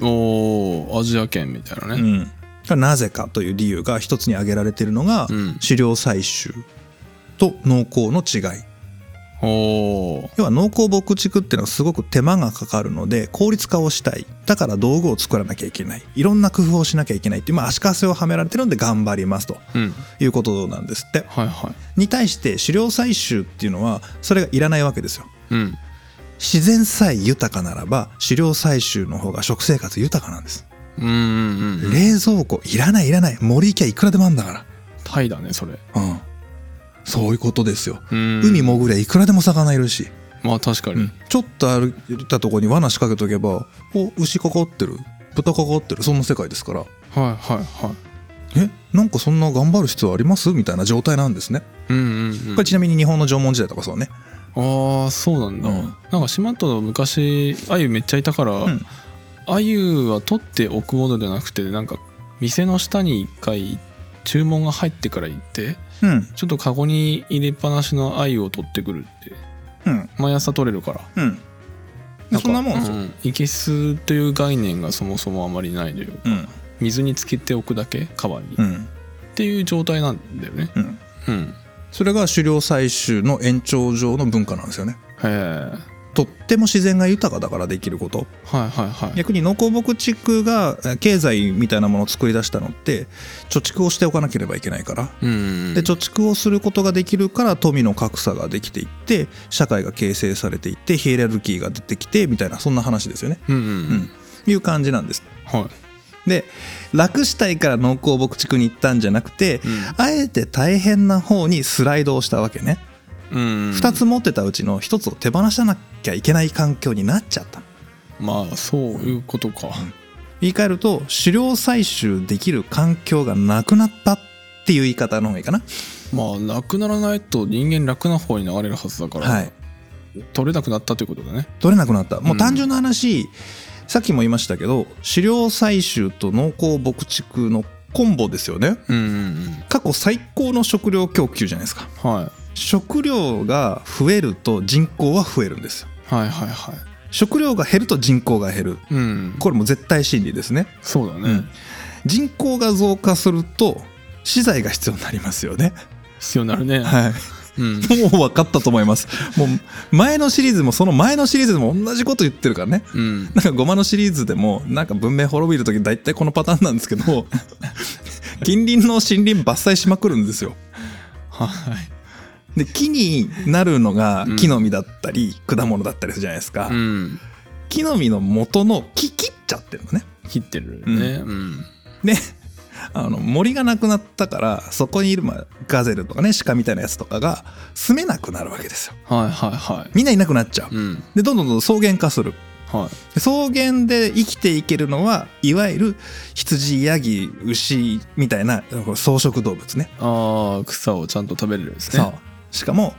おーアジア圏みたいなね、うん、なぜかという理由が一つに挙げられているのが、うん狩猟採集と農耕の違いおー要は農耕牧畜っていうのはすごく手間がかかるので効率化をしたいだから道具を作らなきゃいけないいろんな工夫をしなきゃいけないっていう、まあ、足かせをはめられてるんで頑張りますとうんいうことなんですってはいはいに対して狩猟採集っていうのはそれがいらないわけですようん自然さえ豊かならば狩猟採集の方が食生活豊かなんですうんうんうん冷蔵庫いらないいらない森行きゃいくらでもあるんだからタイだねそれうん、そういうことですよ、うん海潜りゃいくらでも魚いるし、まあ確かに、ちょっと歩いたとこに罠仕掛けとけばお牛かかってる豚かかってるそんな世界ですからはいはいはいえなんかそんな頑張る必要ありますみたいな状態なんですね、うんうん、うん、これちなみに日本の縄文時代とかそうね、ああそうなんだ、うんなんか島と昔アユめっちゃいたから、んアユは取っておくものじゃなくてなんか店の下に一回注文が入ってから行ってうんちょっとカゴに入れっぱなしのアユを取ってくるってうん毎朝取れるからうんなんかそんなもんですよ、うんいけすという概念がそもそもあまりないのようん水につけておくだけ川に、うっんていう状態なんだよねうんうんそれが狩猟採集の延長上の文化なんですよねへえとっても自然が豊かだからできることはいはいはい逆に農耕牧畜がえー経済みたいなものを作り出したのって貯蓄をしておかなければいけないから、うんで貯蓄をすることができるから富の格差ができていって社会が形成されていってヒエラルキーが出てきてみたいなそんな話ですよね。うんうんううんん、いう感じなんです。はいで楽したいから農耕牧畜に行ったんじゃなくて、うあえて大変な方にスライドをしたわけね、うん2つ持ってたうちの1つを手放さなきゃいけない環境になっちゃった。まあそういうことか、言い換えると狩猟採集できる環境がなくなったっていう言い方の方がいいかな、まあなくならないと人間楽な方に流れるはずだから、はい、取れなくなったということだね取れなくなったもううん単純な話、さっきも言いましたけど狩猟採集と農耕牧畜のコンボですよねうんうん過去最高の食料供給じゃないですかうん、はい、食料が増えると人口は増えるんですよはいはいは食料が減ると人口が減るいうんこれも絶対真理ですね、そうだね、うん人口が増加すると資材が必要になりますよね必要になるね、はいうん、もう分かったと思います。もう前のシリーズもその前のシリーズも同じこと言ってるからね。うん、なんかゴマのシリーズでもなんか文明滅びる時大体このパターンなんですけど近隣の森林伐採しまくるんですよ。はいで木になるのがうん木の実だったり果物だったりするじゃないですか。うん木の実の元の木切っちゃってるのね。切ってるねうんであの森がなくなったからそこにいる、まあ、ガゼルとかね鹿みたいなやつとかが住めなくなるわけですよ。はいはいはみんないなくなっちゃう。いうんでどんどんどんどん草原化する。はで草原で生きていけるのはいわゆる羊ヤギ牛みたいなこう草食動物ねい、ああ草をちゃんと食べれるんですねそうしかも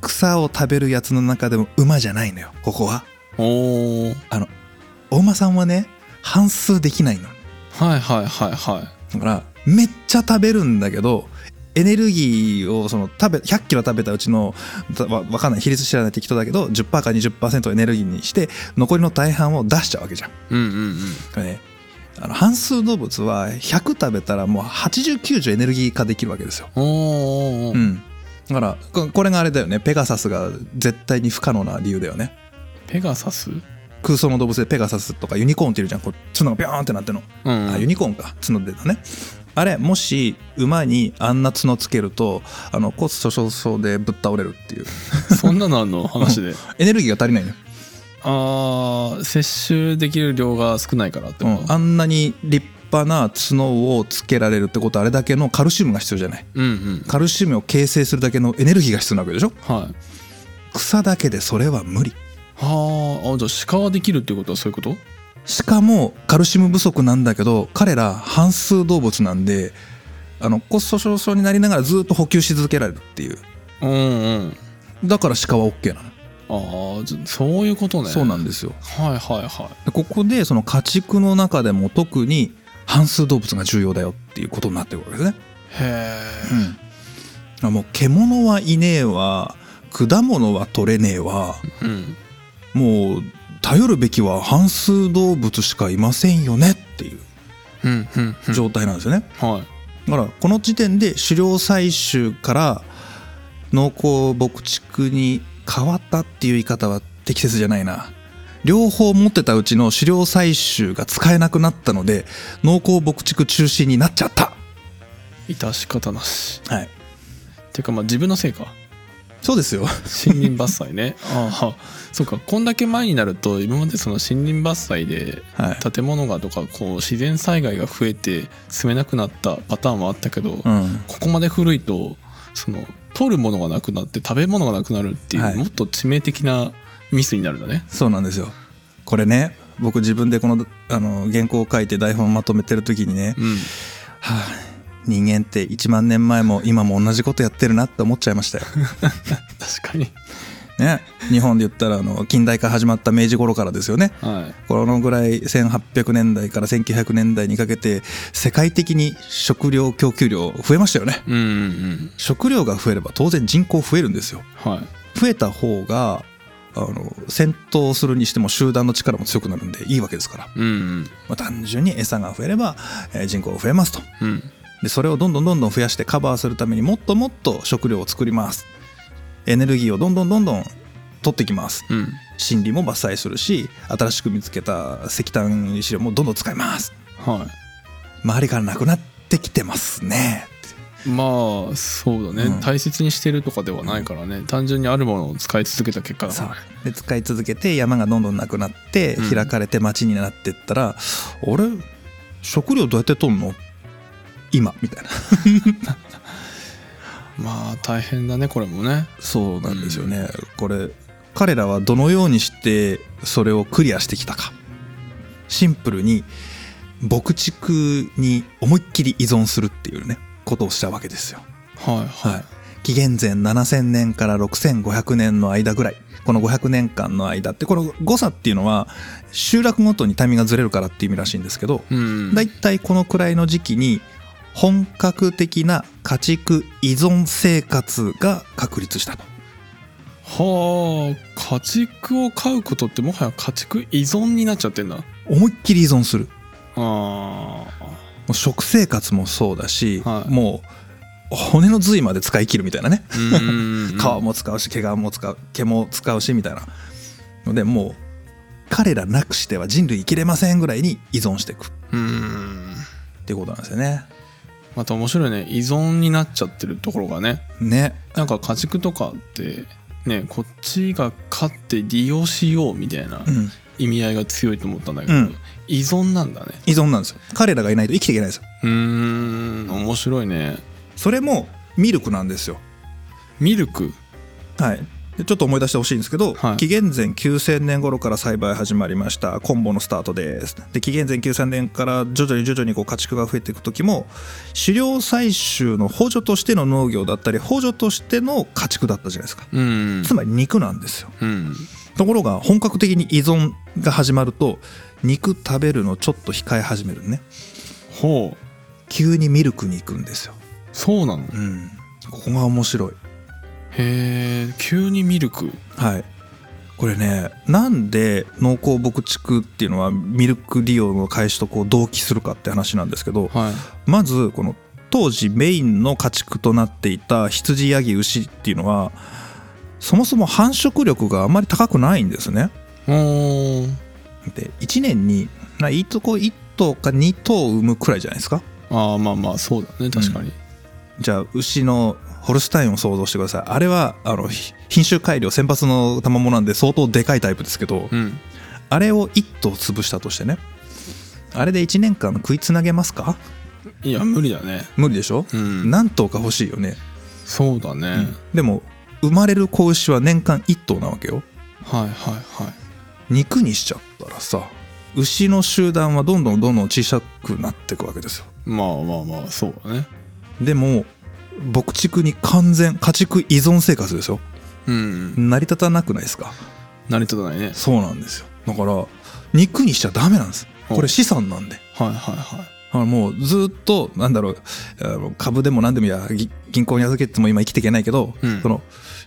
草を食べるやつの中でも馬じゃないのよここはおおお馬さんはね半数できないのはいはいはいはいだからめっちゃ食べるんだけどエネルギーをその食べ100キロ食べたうちのたわわかんない比率知らない適当だけど10%か20%をエネルギーにして残りの大半を出しちゃうわけじゃん。うんうんうんこれねあの半数動物は100食べたらもう8090エネルギー化できるわけですよ。おーおーおーうん、だからここれがあれだよねペガサスが絶対に不可能な理由だよね。ペガサスうん空想の動物でペガサスとかユニコーンっているじゃんこう角がビョーンってなってるの。あ *laughs* ユニコーンか角出たねあれもし馬にあんな角つけるとあの骨粗しょう症でぶっ倒れるっていうそんなのあんの話でエネルギーが足りないのよ、ああ摂取できる量が少ないからってうこん、あんなに立派な角をつけられるってことはあれだけのカルシウムが必要じゃないとうんうんカルシウムを形成するだけのエネルギーが必要なわけでしょはい草だけでそれは無理はーあじゃあ鹿はできるってことはそういうことしかもカルシウム不足なんだけど彼ら半数動物なんであの骨粗しょう症になりながらずっと補給し続けられるっていううんうんだから鹿は OK なの、ああじゃそういうことねそうなんですよはいはいはいでここでその家畜の中でも特に半数動物が重要だよっていうことになってるわけですね。へうん、もう獣はいねえわ果物は取れねえわえうんもう頼るべきは半数動物しかいませんよねっていううんうんうん状態なんですよね。はいだからこの時点で狩猟採集から農耕牧畜に変わったっていう言い方は適切じゃないな両方持ってたうちの狩猟採集が使えなくなったので農耕牧畜中心になっちゃった致し方なしはいてかまあ自分のせいかそうですよ森林伐採 *laughs* ねああそうかこんだけ前になると今までその森林伐採ではい建物がとかこう自然災害が増えて住めなくなったパターンはあったけど、こうんこまで古いとその取るものがなくなって食べ物がなくなるっていう、はいもっと致命的なミスになるんだねそうなんですよこれね僕自分でこのあの原稿を書いて台本をまとめてる時にね、うんはあ、人間って1万年前も今も同じことやってるなって思っちゃいましたよ確かにね、日本で言ったらあの近代化始まった明治頃からですよねはいこのぐらい1800年代から1900年代にかけて世界的に食料供給量増えましたよねうんうんうん食料が増えれば当然人口増えるんですよはい増えた方があの戦闘するにしても集団の力も強くなるんでいいわけですから、うんうんまあ、単純に餌が増えれば、えー人口が増えますとうんでそれをどんどんどんどん増やしてカバーするためにもっともっと食料を作りますエネルギーをどんどんどんどん取ってきますうん森林も伐採するし新しく見つけた石炭資料もどんどん使いますはい周りからなくなってきてますねまあそうだね、うん大切にしてるとかではないからね単純にあるものを使い続けた結果だからねで使い続けて山がどんどんなくなってうん開かれて町になってったら、あれ食料どうやって取んの今みたいなまあ大変だねこれもねそうなんですよね、これ彼らはどのようにしてそれをクリアしてきたかシンプルに牧畜に思いっきり依存するっていうねことをしたわけですよはいはい、はい、紀元前7000年から6500年の間ぐらいこの500年間の間ってこの誤差っていうのは集落ごとにタイミングがずれるからっていう意味らしいんですけどうんだいたいこのくらいの時期に本格的な家畜依存生活が確立したとはあ家畜を飼うことってもはや家畜依存になっちゃってんだ思いっきり依存するもあ *laughs* う食生活もそうだし、はいもう骨の髄まで使い切るみたいなねーうん皮も使うし毛皮も使う毛も使うしみたいなのでもう彼らなくしては人類生きれませんぐらいに依存していくっうんていうことなんですよね。また面白いね依存になっちゃってるところがねねなんか家畜とかってねこっちが飼って利用しようみたいなうん、意味合いが強いと思ったんだけど、うん依存なんだね依存なんですよ彼らがいないと生きていけないんですようーん面白いねそれもミルクなんですよミルクはいでちょっと思い出してほしいんですけど、はい紀元前9000年頃から栽培始まりましたコンボのスタートですで紀元前9000年から徐々に徐々にこう家畜が増えていく時も狩猟採集の補助としての農業だったり補助としての家畜だったじゃないですかうんつまり肉なんですようんところが本格的に依存が始まると肉食べるのちょっと控え始めるねほう急にミルクに行くんですよ、そうなのうん、ここが面白いへえ急にミルクはいこれねなんで農耕牧畜っていうのはミルク利用の開始とこう同期するかって話なんですけどはいまずこの当時メインの家畜となっていた羊ヤギ牛っていうのはそもそも繁殖力があまり高くないんですねおーで1年にないいとこ1頭か2頭産むくらいじゃないですかああまあまあそうだね確かに、じゃあ牛のホルスタインを想像してくださいあれはあのひ品種改良選抜の賜物なんで相当でかいタイプですけどうんあれを1頭潰したとしてねあれで1年間食いつなげますかいや無理だね無理でしょ、うん何頭か欲しいよね、そうだね、でも生まれる子牛は年間1頭なわけよはいはいはい肉にしちゃったらさ牛の集団はどんどんどんどん小さくなっていくわけですよまあまあまあそうだねでも牧畜に完全家畜依存生活ですようん成り立たなくないですか成り立たないねそうなんですよだから肉にしちゃダメなんですこうんれ資産なんではいはいはいあのもうずっとなんだろうあの株でも何でもいやぎ銀行に預けても今生きていけないけど、うんその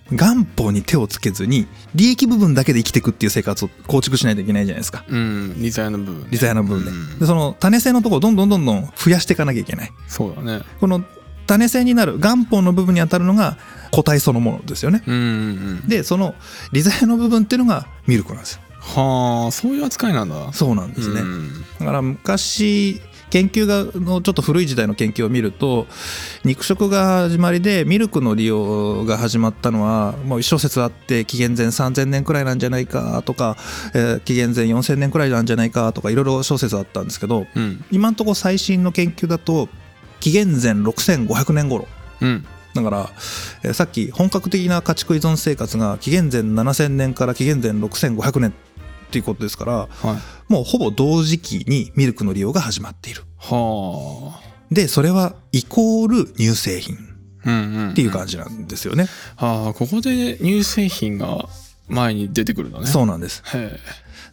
元本に手をつけずに利益部分だけで生きていくっていう生活を構築しないといけないじゃないですかうん利ザヤの部分、ね、利ザヤの部分で,、うんでその種性のところをどんどんどんどん増やしていかなきゃいけないそうだねこの種性になる元本の部分に当たるのが個体そのものですよねうんうんうんでその利ザヤの部分っていうのがミルクなんですよはあそういう扱いなんだそうなんですね、うんだから昔研究がのちょっと古い時代の研究を見ると肉食が始まりでミルクの利用が始まったのはもう一小説あって紀元前3000年くらいなんじゃないかとか、えー紀元前4000年くらいなんじゃないかとかいろいろ小説あったんですけどうん今んとこ最新の研究だと紀元前6500年頃うんだから、えーさっき本格的な家畜依存生活が紀元前7000年から紀元前6500年っていうことですからはいもうほぼ同時期にミルクの利用が始まっている。はで、それはイコール乳製品っあうんうんっていう感じなんですよね。ああここで乳製品が前に出てくるんだねそうなんです。うへ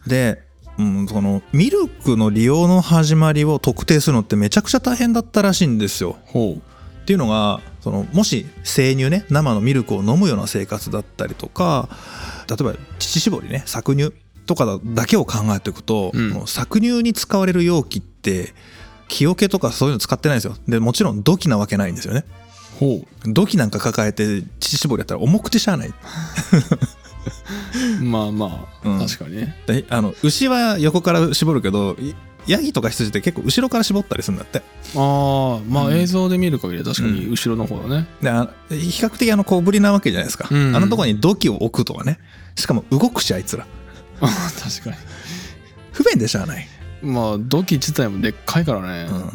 で、うん、そのミルクの利用の始まりを特定するのってめちゃくちゃ大変だったらしいんですよ。えほっていうのがそのもし生乳ね生のミルクを飲むような生活だったりとか例えば乳搾りね搾乳とかだけを考えていくと、うんもう搾乳に使われる容器って木桶とかそういうの使ってないんですよでもちろん土器なわけないんですよねうほ土器なんか抱えて乳搾りやったら重くてしゃあないうんまあまあ、うん確かにねであの牛は横から搾るけどいヤギとか羊って結構後ろから絞ったりするんだってああまうあん映像で見る限りは確かに後ろの方だね、 *laughs* であ比較的あの小ぶりなわけじゃないですか、うんあのとこに土器を置くとかねしかも動くしあいつらああ確か不便でしゃあない、にまあ土器自体もでっかいからね、うん、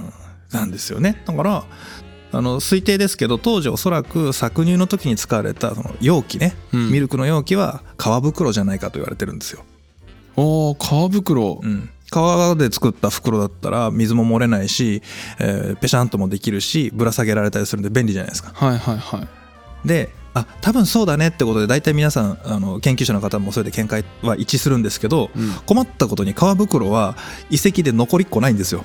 なんですよねだからあの推定ですけど当時おそらく搾乳の時に使われたその容器ね、うんミルクの容器は皮袋じゃないかと言われてるんですよ、おー皮袋、うん、皮で作った袋だったら水も漏れないし、えーペシャンともできるしぶら下げられたりするんで便利じゃないですかはいはいはいであ多分そうだねってことで大体皆さんあの研究者の方もそれで見解は一致するんですけど、うん困ったことに皮袋は遺跡で残りっこないんですよ、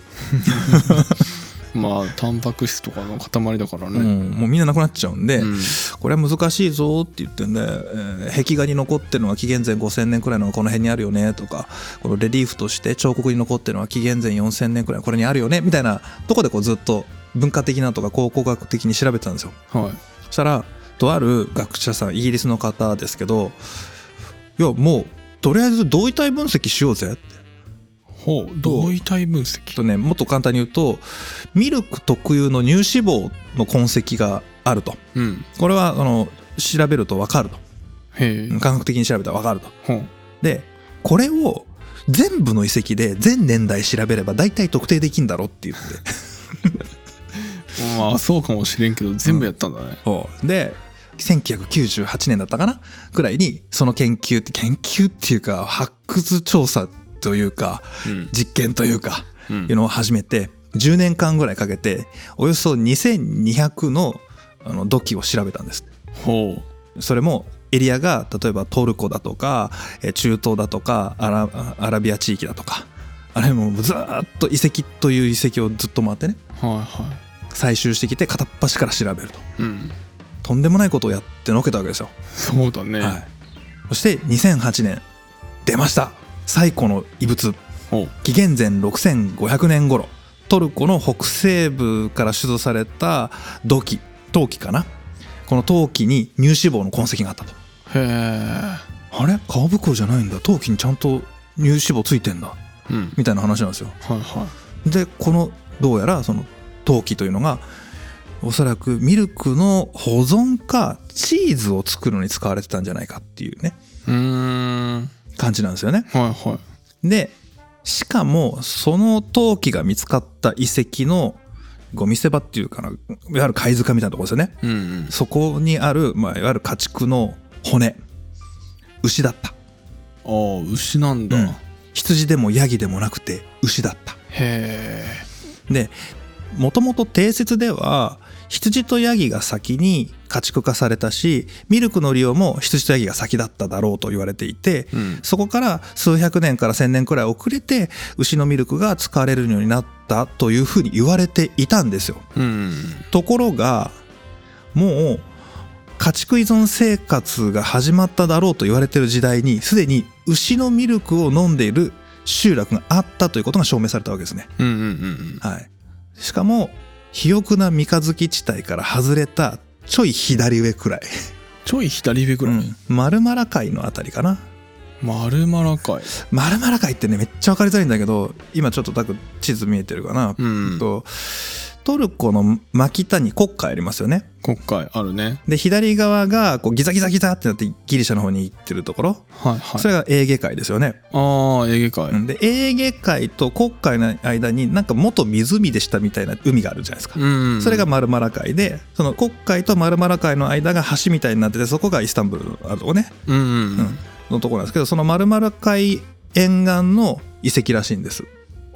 まあタンパク質とかの塊だからうね、ん、もうみんななくなっちゃうんで、うんこれは難しいぞって言ってんで、えー壁画に残ってるのは紀元前5000年くらいのこの辺にあるよねとかこのレリーフとして彫刻に残ってるのは紀元前4000年くらいこれにあるよねみたいなとこでこうずっと文化的なとか考古学的に調べてたんですよはいそしたらとある学者さんイギリスの方ですけどいやもうとりあえず同位体分析しようぜってほう同位体分析とねもっと簡単に言うとミルク特有の乳脂肪の痕跡があるとうんこれはあの調べると分かるとへえ、科学的に調べたら分かるとほうでこれを全部の遺跡で全年代調べれば大体特定できんだろって言 *laughs* ってまあそうかもしれんけど全部やったんだね、で1998年だったかなくらいにその研究って研究っていうか発掘調査というかうん実験というかうんいうのを始めて10年間ぐらいかけておよそ2200のあの土器を調べたんです。ほそれもエリアが例えばトルコだとかえー中東だとかアラアラビア地域だとかあれもずーっと遺跡という遺跡をずっと回ってねうはいは採集してきて片っ端から調べるというんとんでもないことをやってのけたわけですよ、そうだね、はい、そして2008年出ました最古の遺物ほう紀元前6500年頃トルコの北西部から出土された土器陶器かなこの陶器に乳脂肪の痕跡があったとへえあれ皮袋じゃないんだ陶器にちゃんと乳脂肪ついてんだうんみたいな話なんですよはいはでこのどうやらその陶器というのがおそらくミルクの保存かチーズを作るのに使われてたんじゃないかっていうねいうーん感じなんですよねはいはでしかもその陶器が見つかった遺跡のゴミ捨て場っていうかないわゆる貝塚みたいなところですよねいうんうんそこにある、まあ、いわゆる家畜の骨牛だったああ牛なんだ、うんへ羊でもヤギでもなくて牛だったえでもともと定説では羊とヤギが先に家畜化されたしミルクの利用も羊とヤギが先だっただろうと言われていてうんそこから数百年から千年くらい遅れて牛のミルクが使われるようになったというふうに言われていたんですよ。うんところがもう家畜依存生活が始まっただろうと言われている時代にすでに牛のミルクを飲んでいる集落があったということが証明されたわけですね。うんうんうんはい、しかも肥沃な三日月地帯から外れたちょい左上くらい、ちょい左上ぐらい、うんマルマラ海のあたりかな丸まらかいマルマラ海ってねめっちゃ分かりづらいんだけど今ちょっと多分地図見えてるかな、うんとトルコのマキタに国家ありますよね国会あるねで左側がこうギザギザギザってなってギリシャの方に行ってるところ、はいはいそれがエーゲ海ですよね、ああエーゲ海うんでエーゲ海と国海の間になんか元湖でしたみたいな海があるじゃないですか、うんそれがマルマラ海でその国海とマルマラ海の間が橋みたいになっててそこがイスタンブールのあるとこねうんうんううんんのとこなんですけどそのマルマラ海沿岸の遺跡らしいんです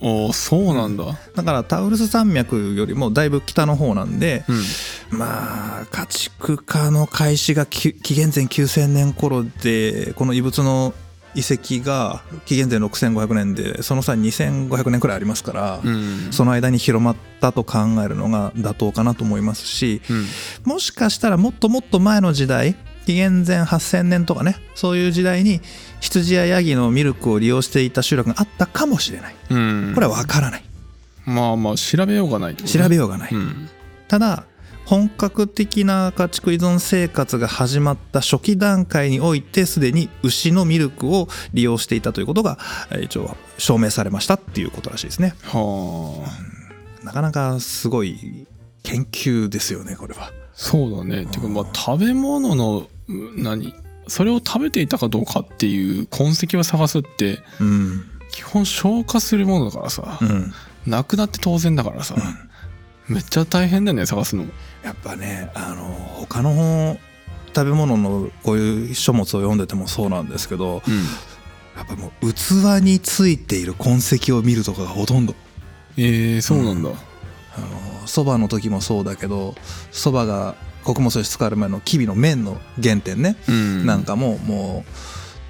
おーそうなんだだからタウルス山脈よりもだいぶ北の方なんでうんまあ家畜化の開始がきゅ紀元前9000年頃でこの遺物の遺跡が紀元前6500年でその際2500年くらいありますから、うんその間に広まったと考えるのが妥当かなと思いますし、うんもしかしたらもっともっと前の時代紀元前8000年とかねそういう時代に羊やヤギのミルクを利用していた集落があったかもしれないうんこれは分からないまあまあ調べようがないってことね調べようがないうんただ本格的な家畜依存生活が始まった初期段階においてすでに牛のミルクを利用していたということがえー一応証明されましたっていうことらしいですねはあなかなかすごい研究ですよねこれはそうだねていうかまあ食べ物のうん何それを食べていたかどうかっていう痕跡を探すってうん基本消化するものだからさ、うんなくなって当然だからさ、めっちゃ大変だよね探すのやっぱねあの他の本食べ物のこういう書物を読んでてもそうなんですけどやっぱもう器についている痕跡を見るとかがほとんどえー、そうなんだ、あのそばの時もそうだけどそばが穀物として使われる前のきびの麺の原点ね、うんなんかももう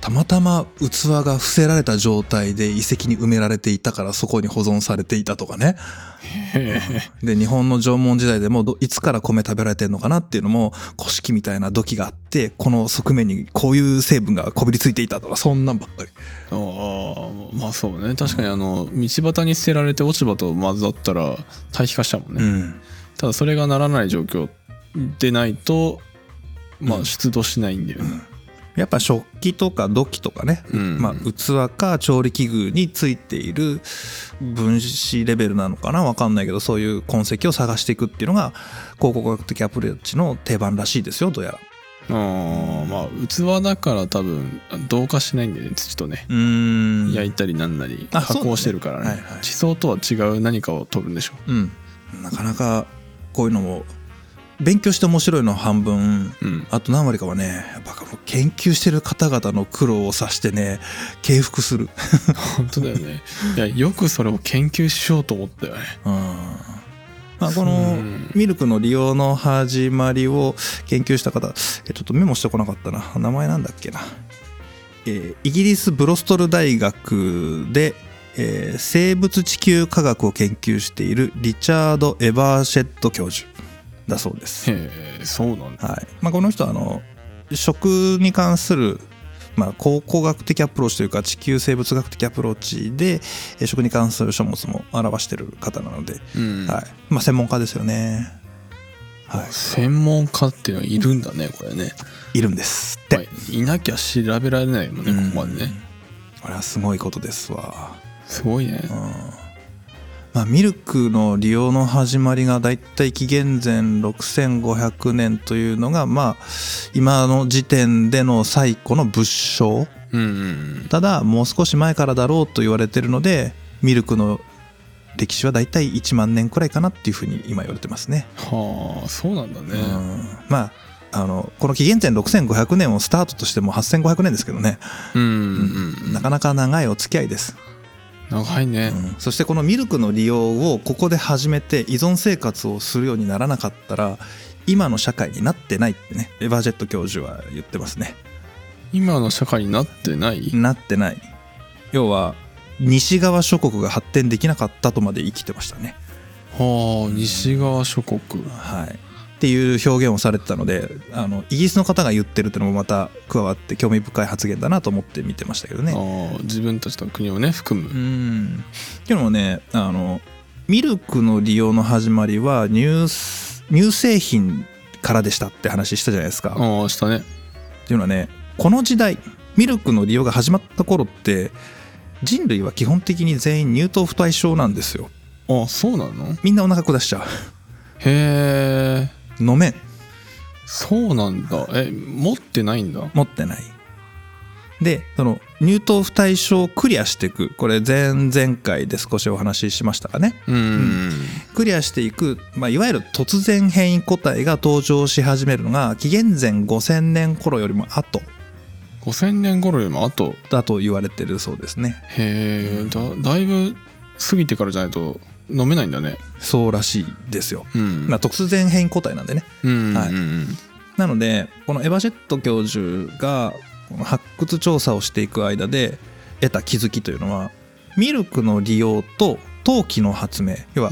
たまたま器が伏せられた状態で遺跡に埋められていたからそこに保存されていたとかねへえで日本の縄文時代でもどいつから米食べられてるのかなっていうのも古式みたいな土器があってこの側面にこういう成分がこびりついていたとかそんなんばっかりああまあそうね確かにあの道端に捨てられて落ち葉と混ざったら堆肥化したもんね、んただそれがならない状況でないとまうあん出土しないんだよねやっぱ食器とか土器とかね、うん、まあ、器か調理器具についている分子レベルなのかなわかんないけどそういう痕跡を探していくっていうのが考古学的アプローチの定番らしいですよどうやらあーまあ器だから多分同化しないんだよね土とねうーん焼いたりなんなりあ加そうだね工してるからねはいはい地層とは違う何かを取るんでしょうん、なかなかこういうのも勉強して面白いの半分うんあと何割かはねやっぱ研究してる方々の苦労を察してね敬服する、本当だよ *laughs* ねいやよくそれを研究しようと思ったよねうんまあ、このうんミルクの利用の始まりを研究した方えちょっとメモしてこなかったな名前なんだっけな、えーイギリスブロストル大学で、えー生物地球科学を研究しているリチャード・エバーシェット教授だそうですへえそうなんだはいまあ、この人はあの食に関する、まあ、考工学的アプローチというか地球生物学的アプローチでえー食に関する書物も表してる方なので、うんはいまあ、専門家ですよね、は専門家っていうのはいるんだねこれね、い、いるんですって、まあ、いなきゃ調べられないもんねうんここまでねこれはすごいことですわ、すごいねうんまあ、ミルクの利用の始まりがだいたい紀元前6500年というのがまあ今の時点での最古の仏性うんうんただもう少し前からだろうと言われてるのでミルクの歴史はだいたい1万年くらいかなっていうふうに今言われてますね。はあそうなんだねうんまああのこの紀元前6500年をスタートとしても8500年ですけどね、うんうんうんなかなか長いお付き合いです、長いねうんそしてこのミルクの利用をここで始めて依存生活をするようにならなかったら今の社会になってないってねエバージェット教授は言ってますね今の社会になってないなってない要は西側諸国が発展できなかったとまで生きてましたねはあ西側諸国はい、っていう表現をされてたのであのイギリスの方が言ってるってのもまた加わって興味深い発言だなと思って見てましたけどね。ああ自分たちの国をね含むうんっていうのもねあのミルクの利用の始まりは乳乳製品からでしたって話したじゃないですか。っああしたねていうのはねこの時代ミルクの利用が始まった頃って人類は基本的に全員乳糖不対症なんですよ。ああそうなのみんなお腹下しちゃへえう。飲めん。そうなんだえ持ってないんだ持ってないでその乳糖不対症をクリアしていくこれ前々回で少しお話ししましたかねうんクリアしていく、まあ、いわゆる突然変異個体が登場し始めるのが紀元前5000年頃よりも後5000年頃よりもあとだと言われてるそうですねへえだだいぶ過ぎてからじゃないと飲めないんだねそうらしいですよ、うんまあ、突然変異個体なんでねうんはいうんなのでこのエバシェット教授がこの発掘調査をしていく間で得た気づきというのはミルクの利用と陶器の発明要は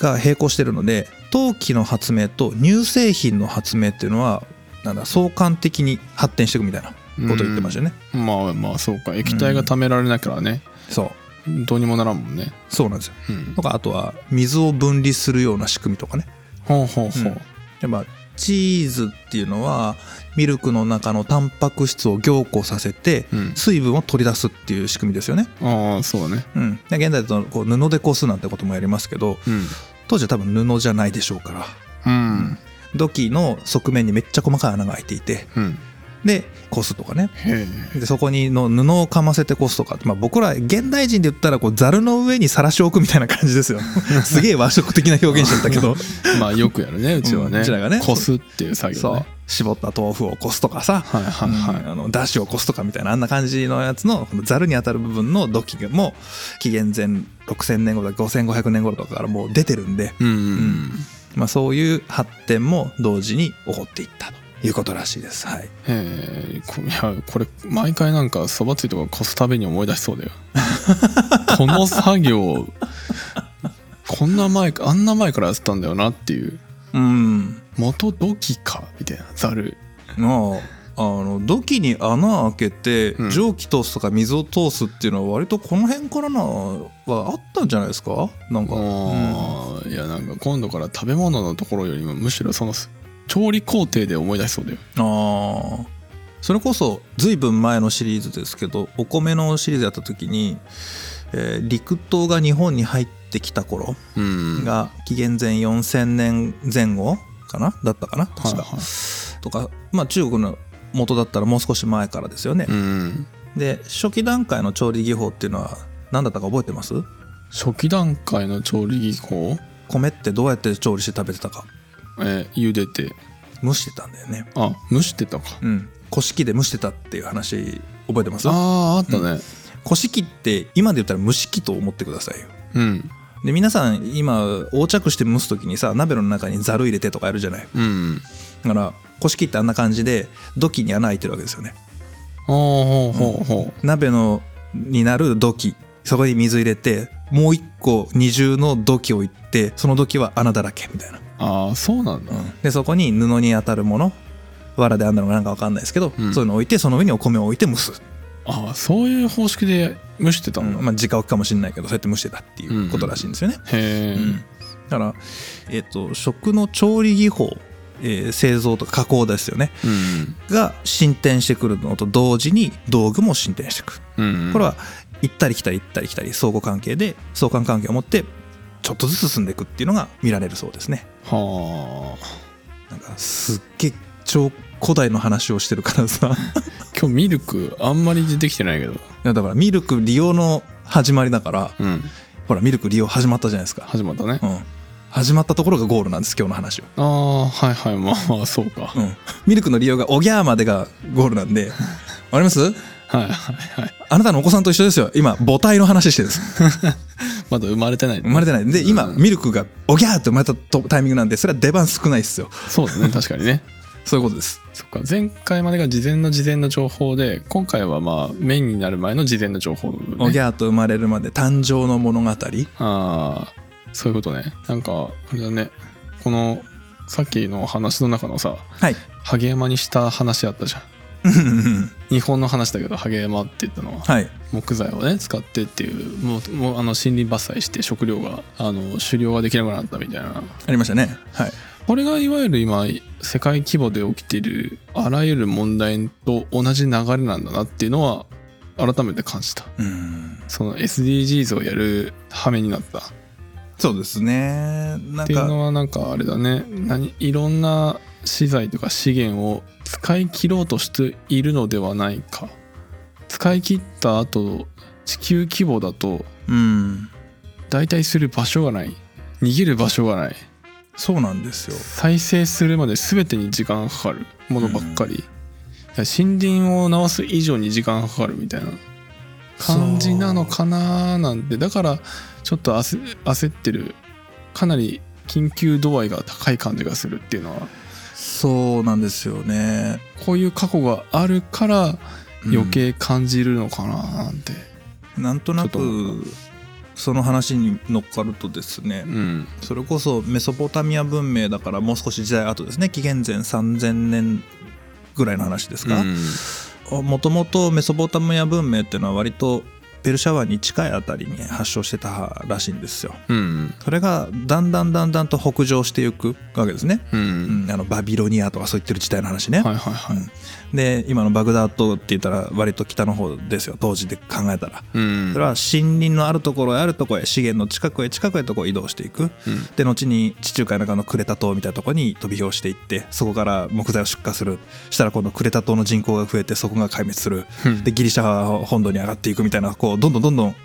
が並行してるので陶器の発明と乳製品の発明っていうのはなんだ相関的に発展していくみたいなことを言ってましたよね。うんまあまあそうか液体が溜められなきゃね、そうどうにもならんもんねそうなんですようんとかあとは水を分離するような仕組みとかね。ほうほうほう、うんやっぱチーズっていうのはミルクの中のタンパク質を凝固させてうん水分を取り出すっていう仕組みですよね。ああそうだねうん、で現代だとこう布でこすなんてこともやりますけどうん当時は多分布じゃないでしょうかうらん土器の側面にめっちゃ細かい穴が開いていてうんでこすとかねへえでそこにの布をかませてこすとか、まあ、僕ら現代人で言ったらこうざるの上にさらしを置くみたいな感じですよすげえ和食的な表現しちゃったけどまあよくやるねうちはね,、うんうちらがねこすっていう作業そうね絞った豆腐をこすとかさはいはいはい、うんあのだしをこすとかみたいなあんな感じのやつのこのざるに当たる部分の土器も紀元前6000年頃とか5500年頃とかからもう出てるんで、うん、まあ、そういう発展も同時に起こっていったということらしいです。はい、えこいやこれ毎回なんかそばつゆとかこすたびに思い出しそう *laughs* だよこの作業こんな前かあんな前からやってたんだよなっていううん元土器かみたいなざるまああの土器に穴開けてうん蒸気通すとか水を通すっていうのは割とこの辺からなはあったんじゃないですかなんか、うんあーいやなんか今度から食べ物のところよりもむしろその調理工程で思い出しそうだよあーそれこそ随分前のシリーズですけどお米のシリーズやった時に、えー陸島が日本に入ってきた頃うんが紀元前4000年前後かなだったかなはい確か、はとか、まあ、中国の元だったらもう少し前からですよねい、う、んで初期段階の調理技法っていうのは何だったか覚えてます初期段階の調理技法米ってどうやって調理して食べてたかえー茹でて蒸してたんだよねあ蒸してたかうん古式で蒸してたっていう話覚えてますああーあったね古式って今で言ったら蒸し器と思ってくださいようんで皆さん今横着して蒸す時にさ鍋の中にざる入れてとかやるじゃないうんだから古式ってあんな感じで土器に穴開いてるわけですよねほうほうほうほ鍋のになる土器そこに水入れてもう一個二重の土器置いてその土器は穴だらけみたいな、うああそうなんだうんでそこに布に当たるもの藁で編んだのかなんか分かんないですけど、うんそういうの置いてその上にお米を置いて蒸す、ああそういう方式で蒸してたうんだ、んまあ直置きかもしれないけどそうやって蒸してたっていうことらしいんですよね、へえ、うんだから、えっと食の調理技法、えー製造とか加工ですよねうんが進展してくるのと同時に道具も進展してくるうん、これは行ったり来たり行ったり来たり相互関係で相関関係を持ってちょっとずつ進んでいくっていうのが見られるそうですねはあなんかすっげえ超古代の話をしてるからさい今日ミルクあんまり出てきてないけどやだからミルク利用の始まりだからうんほらミルク利用始まったじゃないですか、始まったねうん、始まったところがゴールなんです今日の話は、ああはいはいまあまあそうか、うん、ミルクの利用がおぎゃーまでがゴー *laughs* ルなんでわかりますはいはいはいあなたのお子さんと一緒ですよ今母体の話してるんです *laughs* まだ生まれてない生まれてないで今うんミルクがおぎゃーって生まれたとタイミングなんでそれは出番少ないですよそうだね確かにねそういうことですそっか前回までが事前の事前の情報で今回はまあメインになる前の事前の情報の部お分、ぎね、ゃーと生まれるまで誕生の物語うああそういうことねなんかあれだねこのさっきの話の中のさはい萩山にした話あったじゃんんうんうん日本の話だけど萩山って言ったのははい木材をね使ってっていうもうもうあの森林伐採して食料があの狩猟ができなくなったみたいなありましたねはいこれがいわゆる今世界規模で起きているあらゆる問題と同じ流れなんだなっていうのは改めて感じたうんその SDGs をやる羽目になったっそうですねなんていうかのはなんかあれだね何いろんな資材とか資源を使い切ろうとしているのではないか使い切った後地球規模だとうん代替する場所がない逃げる場所がないそうなんですよ再生するまで全てに時間がかかるものばっかり、森林を直す以上に時間がかかるみたいな感じなのかなーなんてだからちょっと焦焦ってるかなり緊急度合いが高い感じがするっていうのはそうなんですよねこういう過去があるからうん余計感じるのかなーなんてなんとなちょくその話に乗っかるとですねうんそれこそメソポタミア文明だからもう少し時代後ですね紀元前3000年ぐらいの話ですか、うんもともとメソポタミア文明っていうのは割とペルシャ湾に近いあたりに発祥してたらしいんですようんそれがだんだんだんだんと北上していくわけですね、うん、うん、あのバビロニアとかそう言ってる時代の話ね、はいはいはいうんで今のバグダッドって言ったら割と北の方ですよ当時で考えたらうんそれは森林のあるところへあるところへ資源の近くへ近くへとこう移動していうくんで後に地中海の中のクレタ島みたいなところに飛び火をしていってそこから木材を出荷するしたら今度クレタ島の人口が増えてそこが壊滅するうんでギリシャ本土に上がっていくみたいなこうどんどんどんどん森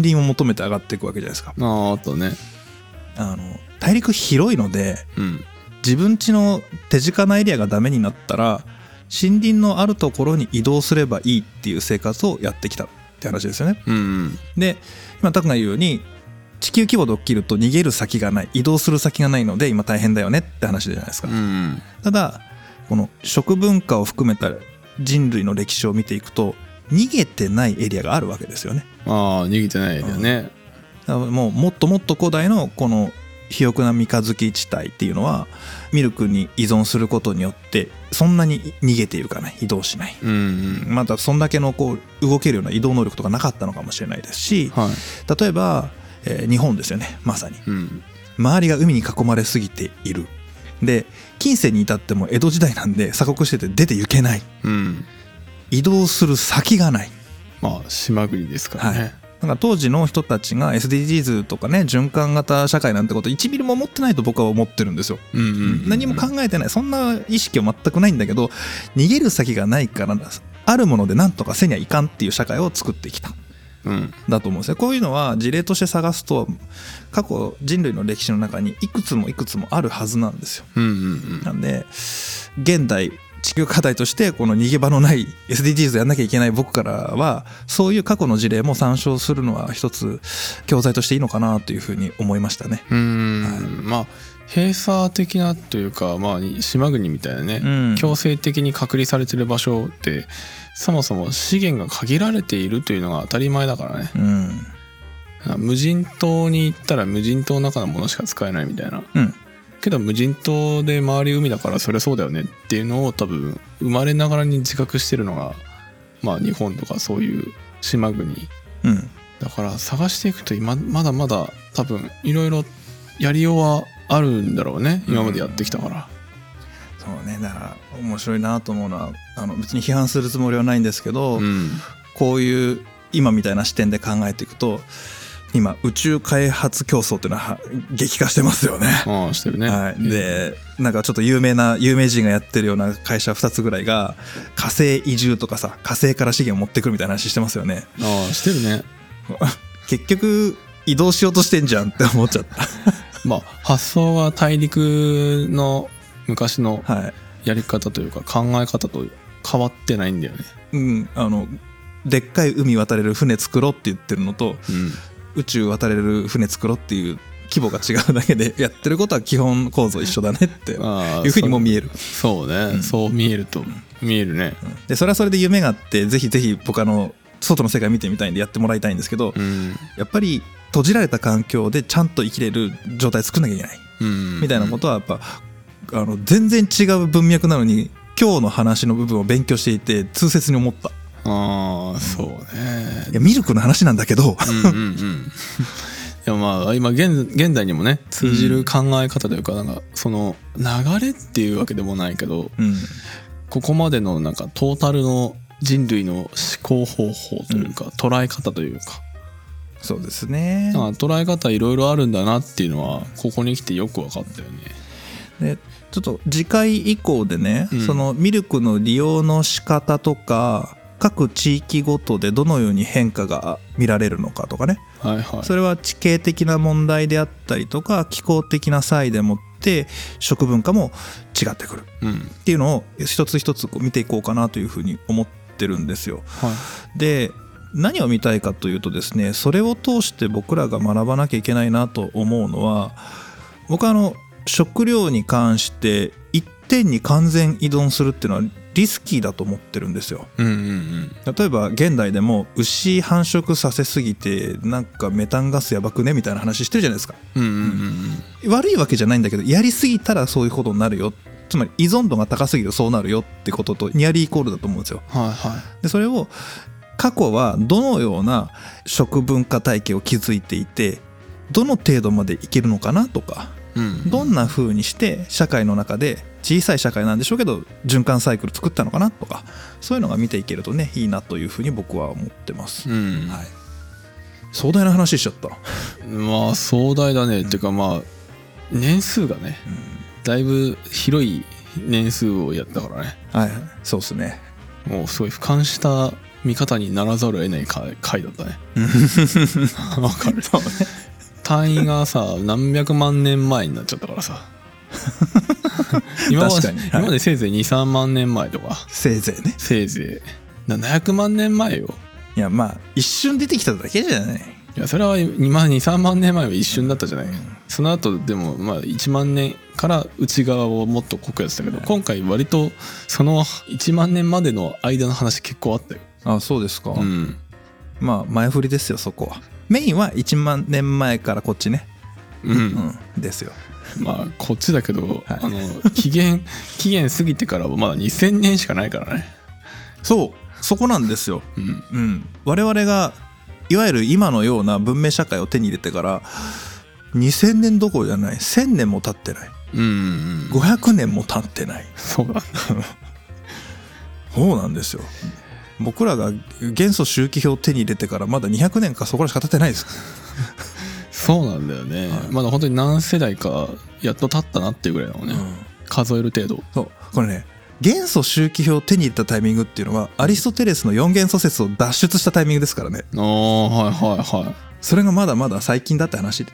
林を求めて上がっていくわけじゃないですかあ *laughs* ああったねあの大陸広いのでうん自分家の手近なエリアがダメになったら森林のあるところに移動すればいいっていう生活をやってきたって話ですよねうんうんで今タクが言うように地球規模で起きると逃げる先がない移動する先がないので今大変だよねって話じゃないですかうんただこの食文化を含めた人類の歴史を見ていくと逃げてないエリアがあるわけですよねああ逃げてないよね、だからもうもっともっと古代のこの肥沃な三日月地帯っていうのはミルクに依存することによってそんなに逃げているかない移動しないうん、うんまたそんだけのこう動けるような移動能力とかなかったのかもしれないですしはい例えば、えー日本ですよねまさにうん周りが海に囲まれすぎているで近世に至っても江戸時代なんで鎖国してて出て行けないうん移動する先がないまあ島国ですからね、なんか当時の人たちが SDGs とかね循環型社会なんてこと1ミリも持ってないと僕は思ってるんですよ。うんうんうんうん何も考えてないそんな意識は全くないんだけど逃げる先がないからあるものでなんとかせにゃいかんっていう社会を作ってきたうんだと思うんですよこういうのは事例として探すと過去人類の歴史の中にいくつもいくつもあるはずなんですようんうんなんで現代地球課題としてこの逃げ場のない SDGs をやんなきゃいけない僕からはそういう過去の事例も参照するのは一つ教材としていいのかなというふうに思いましたね。うんうんまあ閉鎖的なというか、まあ、島国みたいなね、うん強制的に隔離されてる場所ってそもそも資源が限られているというのが当たり前だからねうん無人島に行ったら無人島の中のものしか使えないみたいなうんけど無人島で周り海だからそりゃそうだよねっていうのを多分生まれながらに自覚してるのがまあ日本とかそういう島国うんだから探していくと今まだまだ多分いろいろやりようはあるんだろうね今までやってきたからそうねだから面白いなと思うのはあの別に批判するつもりはないんですけうど、んこういう今みたいな視点で考えていくと今宇宙開発競争っていうのはは激化してますよね。ああしてるねはい、でなんかちょっと有名な有名人がやってるような会社2つぐらいが火星移住とかさ火星から資源を持ってくるみたいな話してますよね *laughs* ああしてるね結局移動しようとしてんじゃんって思っちゃったまあ発想は大陸の昔の *laughs* はい、やり方というか考え方と変わってないんだよねうん、あのでっかい海渡れる船作ろうって言ってるのとうん宇宙渡れる船作ろうっていう規模が違うだけでやってることは基本構造一緒だねっていああうふうにも見えるそうね、うんそう見えると見えるねでそれはそれで夢があってぜひぜひ僕あの外の世界見てみたいんでやってもらいたいんですけど、うん、やっぱり閉じられた環境でちゃんと生きれる状態作んなきゃいけないうん、みたいなことはやっぱあの全然違う文脈なのに今日の話の部分を勉強していて痛切に思ったああそういねやミルクの話なんだけどうんうんうんでもまあ今現現代にもね通じる考え方というかなんかその流れっていうわけでもないけどうんここまでのなんかトータルの人類の思考方法というか捉え方というかそうですねなんか捉え方いろいろあるんだなっていうのはここに来てよく分かったよね。でちょっと次回以降でね、うんそのミルクの利用の仕方とか各地域ごとでどのように変化が見られるのかとかねはいはい。それは地形的な問題であったりとか気候的な際でもって食文化も違ってくるうん。っていうのを一つ一つこう見ていこうかなというふうに思ってるんですよ。はい。で何を見たいかというとですねそれを通して僕らが学ばなきゃいけないなと思うのは僕はあの食料に関して一点に完全依存するっていうのはリスキーだと思ってるんですよ。うんうん例えば現代でも牛繁殖させすぎてなんかメタンガスやばくねみたいな話してるじゃないですかうん。うんうんうん悪いわけじゃないんだけどやりすぎたらそういうことになるよつまり依存度が高すぎるとそうなるよってこととニアリーイコールだと思うんですようん。はいはい。でそれを過去はどのような食文化体系を築いていてどの程度までいけるのかなとかうん。どんな風にして社会の中で小さい社会なんでしょうけど循環サイクル作ったのかなとかそういうのが見ていけるとねいいなというふうに僕は思ってます、うん。はい、壮大な話しちゃった、まあ壮大だね、っていうかまあ年数がねだいぶ広い年数をやったからねはいそうですねもうすごい俯瞰した見方にならざるを得ない回回だったねわかる単位がさ何百万年前になっちゃったから *laughs* さ今は確かにはい今までせいぜい23万年前とかせいぜいねせいぜい700万年前よいやまあ一瞬出てきただけじゃないいやそれは2万23万年前は一瞬だったじゃない、その後でもまあ1万年から内側をもっと濃くやってたけど、今回割とその1万年までの間の話結構あったよ、あそうですか、うん、まあ前振りですよそこはメインは1万年前からこっちねうんうん、ですよ。まあこっちだけど、あの期限期限過ぎてからはまだ2000年しかないからねそう、そこなんですよ。うんうん、我々がいわゆる今のような文明社会を手に入れてから2000年どころじゃない1000年も経ってないうんうんうん500年も経ってないそうだそうなんですよ僕らが元素周期表を手に入れてからまだ200年かそこらしか経ってないですそうなんだよね、はいまだ本当に何世代かやっと経ったなっていうぐらいだもんね、うん数える程度そうこれね元素周期表を手に入れたタイミングっていうのはアリストテレスの4元素説を脱出したタイミングですからねああはいはいはそれがまだまだ最近だって話で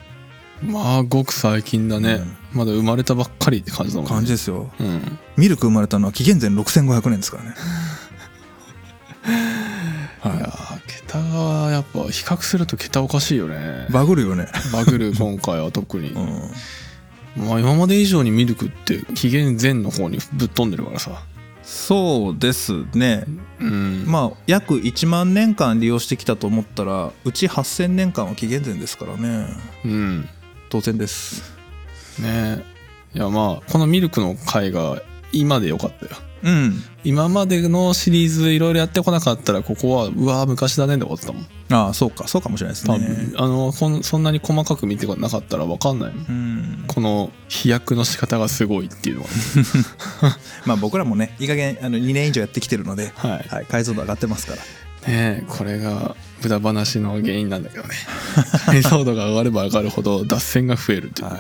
いまあごく最近だね、まだ生まれたばっかりって感じだもんね感じですようんミルク生まれたのは紀元前6500年ですから *laughs* ねいやー桁がやっぱ比較すると桁おかしいよねバグるよね *laughs* バ *laughs* グる今回は特に、うんまあ今まで以上にミルクって紀元前の方にぶっ飛んでるからさそうですねうんまあ約1万年間利用してきたと思ったらうち8000年間は紀元前ですからねうん当然ですねえいやまあこのミルクの回が今でよかったようん今までのシリーズいろいろやってこなかったらここはうわー昔だねって思ってたもんああそうかそうかもしれないです多ね分、あのこんそんなに細かく見てなかったら分かんないもんうんこの飛躍の仕方がすごいっていう *laughs* のはまあ僕らもねいい加減あの2年以上やってきてるので、はいねはい、解像度上がってますからえこれが無駄話の原因なんだけ *laughs* どね解像度が上がれば上がるほど脱線が増えるっていう、は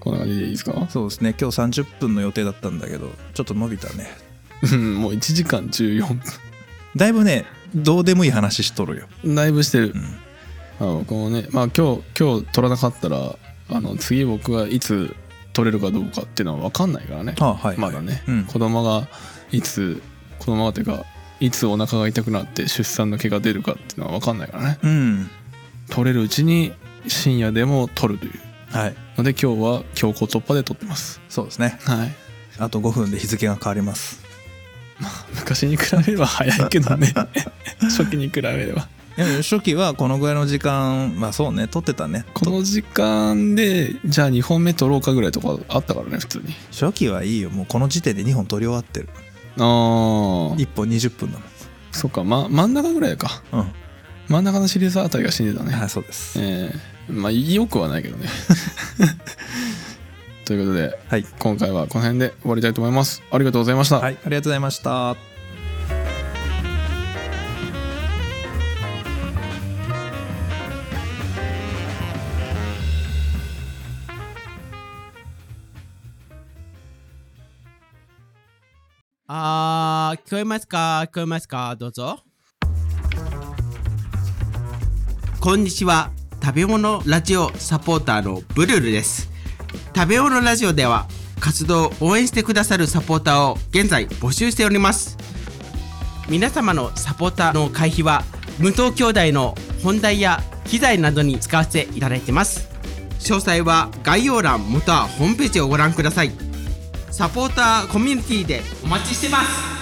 こんな感じでいいですかそうですね今日30分の予定だったんだけどちょっと伸びたねうんもう1時間14分 *laughs* だいぶねどうでもいい話しとるよだいぶしてる、んあのこのねまあ今日今日取らなかったらあの次僕がいつ取れるかどうかっていうのは分かんないからね、ああはい、まだね、うん子供がいつ子供がっていうかいつお腹が痛くなって出産の毛が出るかっていうのは分かんないからねうん取れるうちに深夜でも取るというはいので今日は強行突破で取ってますそうですねはいあと5分で日付が変わります昔に比べれば早いけ *laughs* どね初期に比べればいや初期はこのぐらいの時間まあそうね撮ってたねこの時間でじゃあ2本目取ろうかぐらいとかあったからね普通に初期はいいよもうこの時点で2本撮り終わってるああ1本20分だそっか、ま、真ん中ぐらいかもん真ん中のシリーズあたりが死んでたうんはねいそうですええまあよくはないけ *laughs* どねということではい、今回はこの辺で終わりたいと思いますありがとうございました、はい、ありがとうございましたあー、聞こえますか聞こえますかどうぞ。こんにちは。食べ物ラジオサポーターのブルルです。食べ物ラジオでは活動を応援してくださるサポーターを現在募集しております。皆様のサポーターの会費は無糖兄弟の本題や機材などに使わせていただいてます。詳細は概要欄またはホームページをご覧ください。サポーターコミュニティでお待ちしてます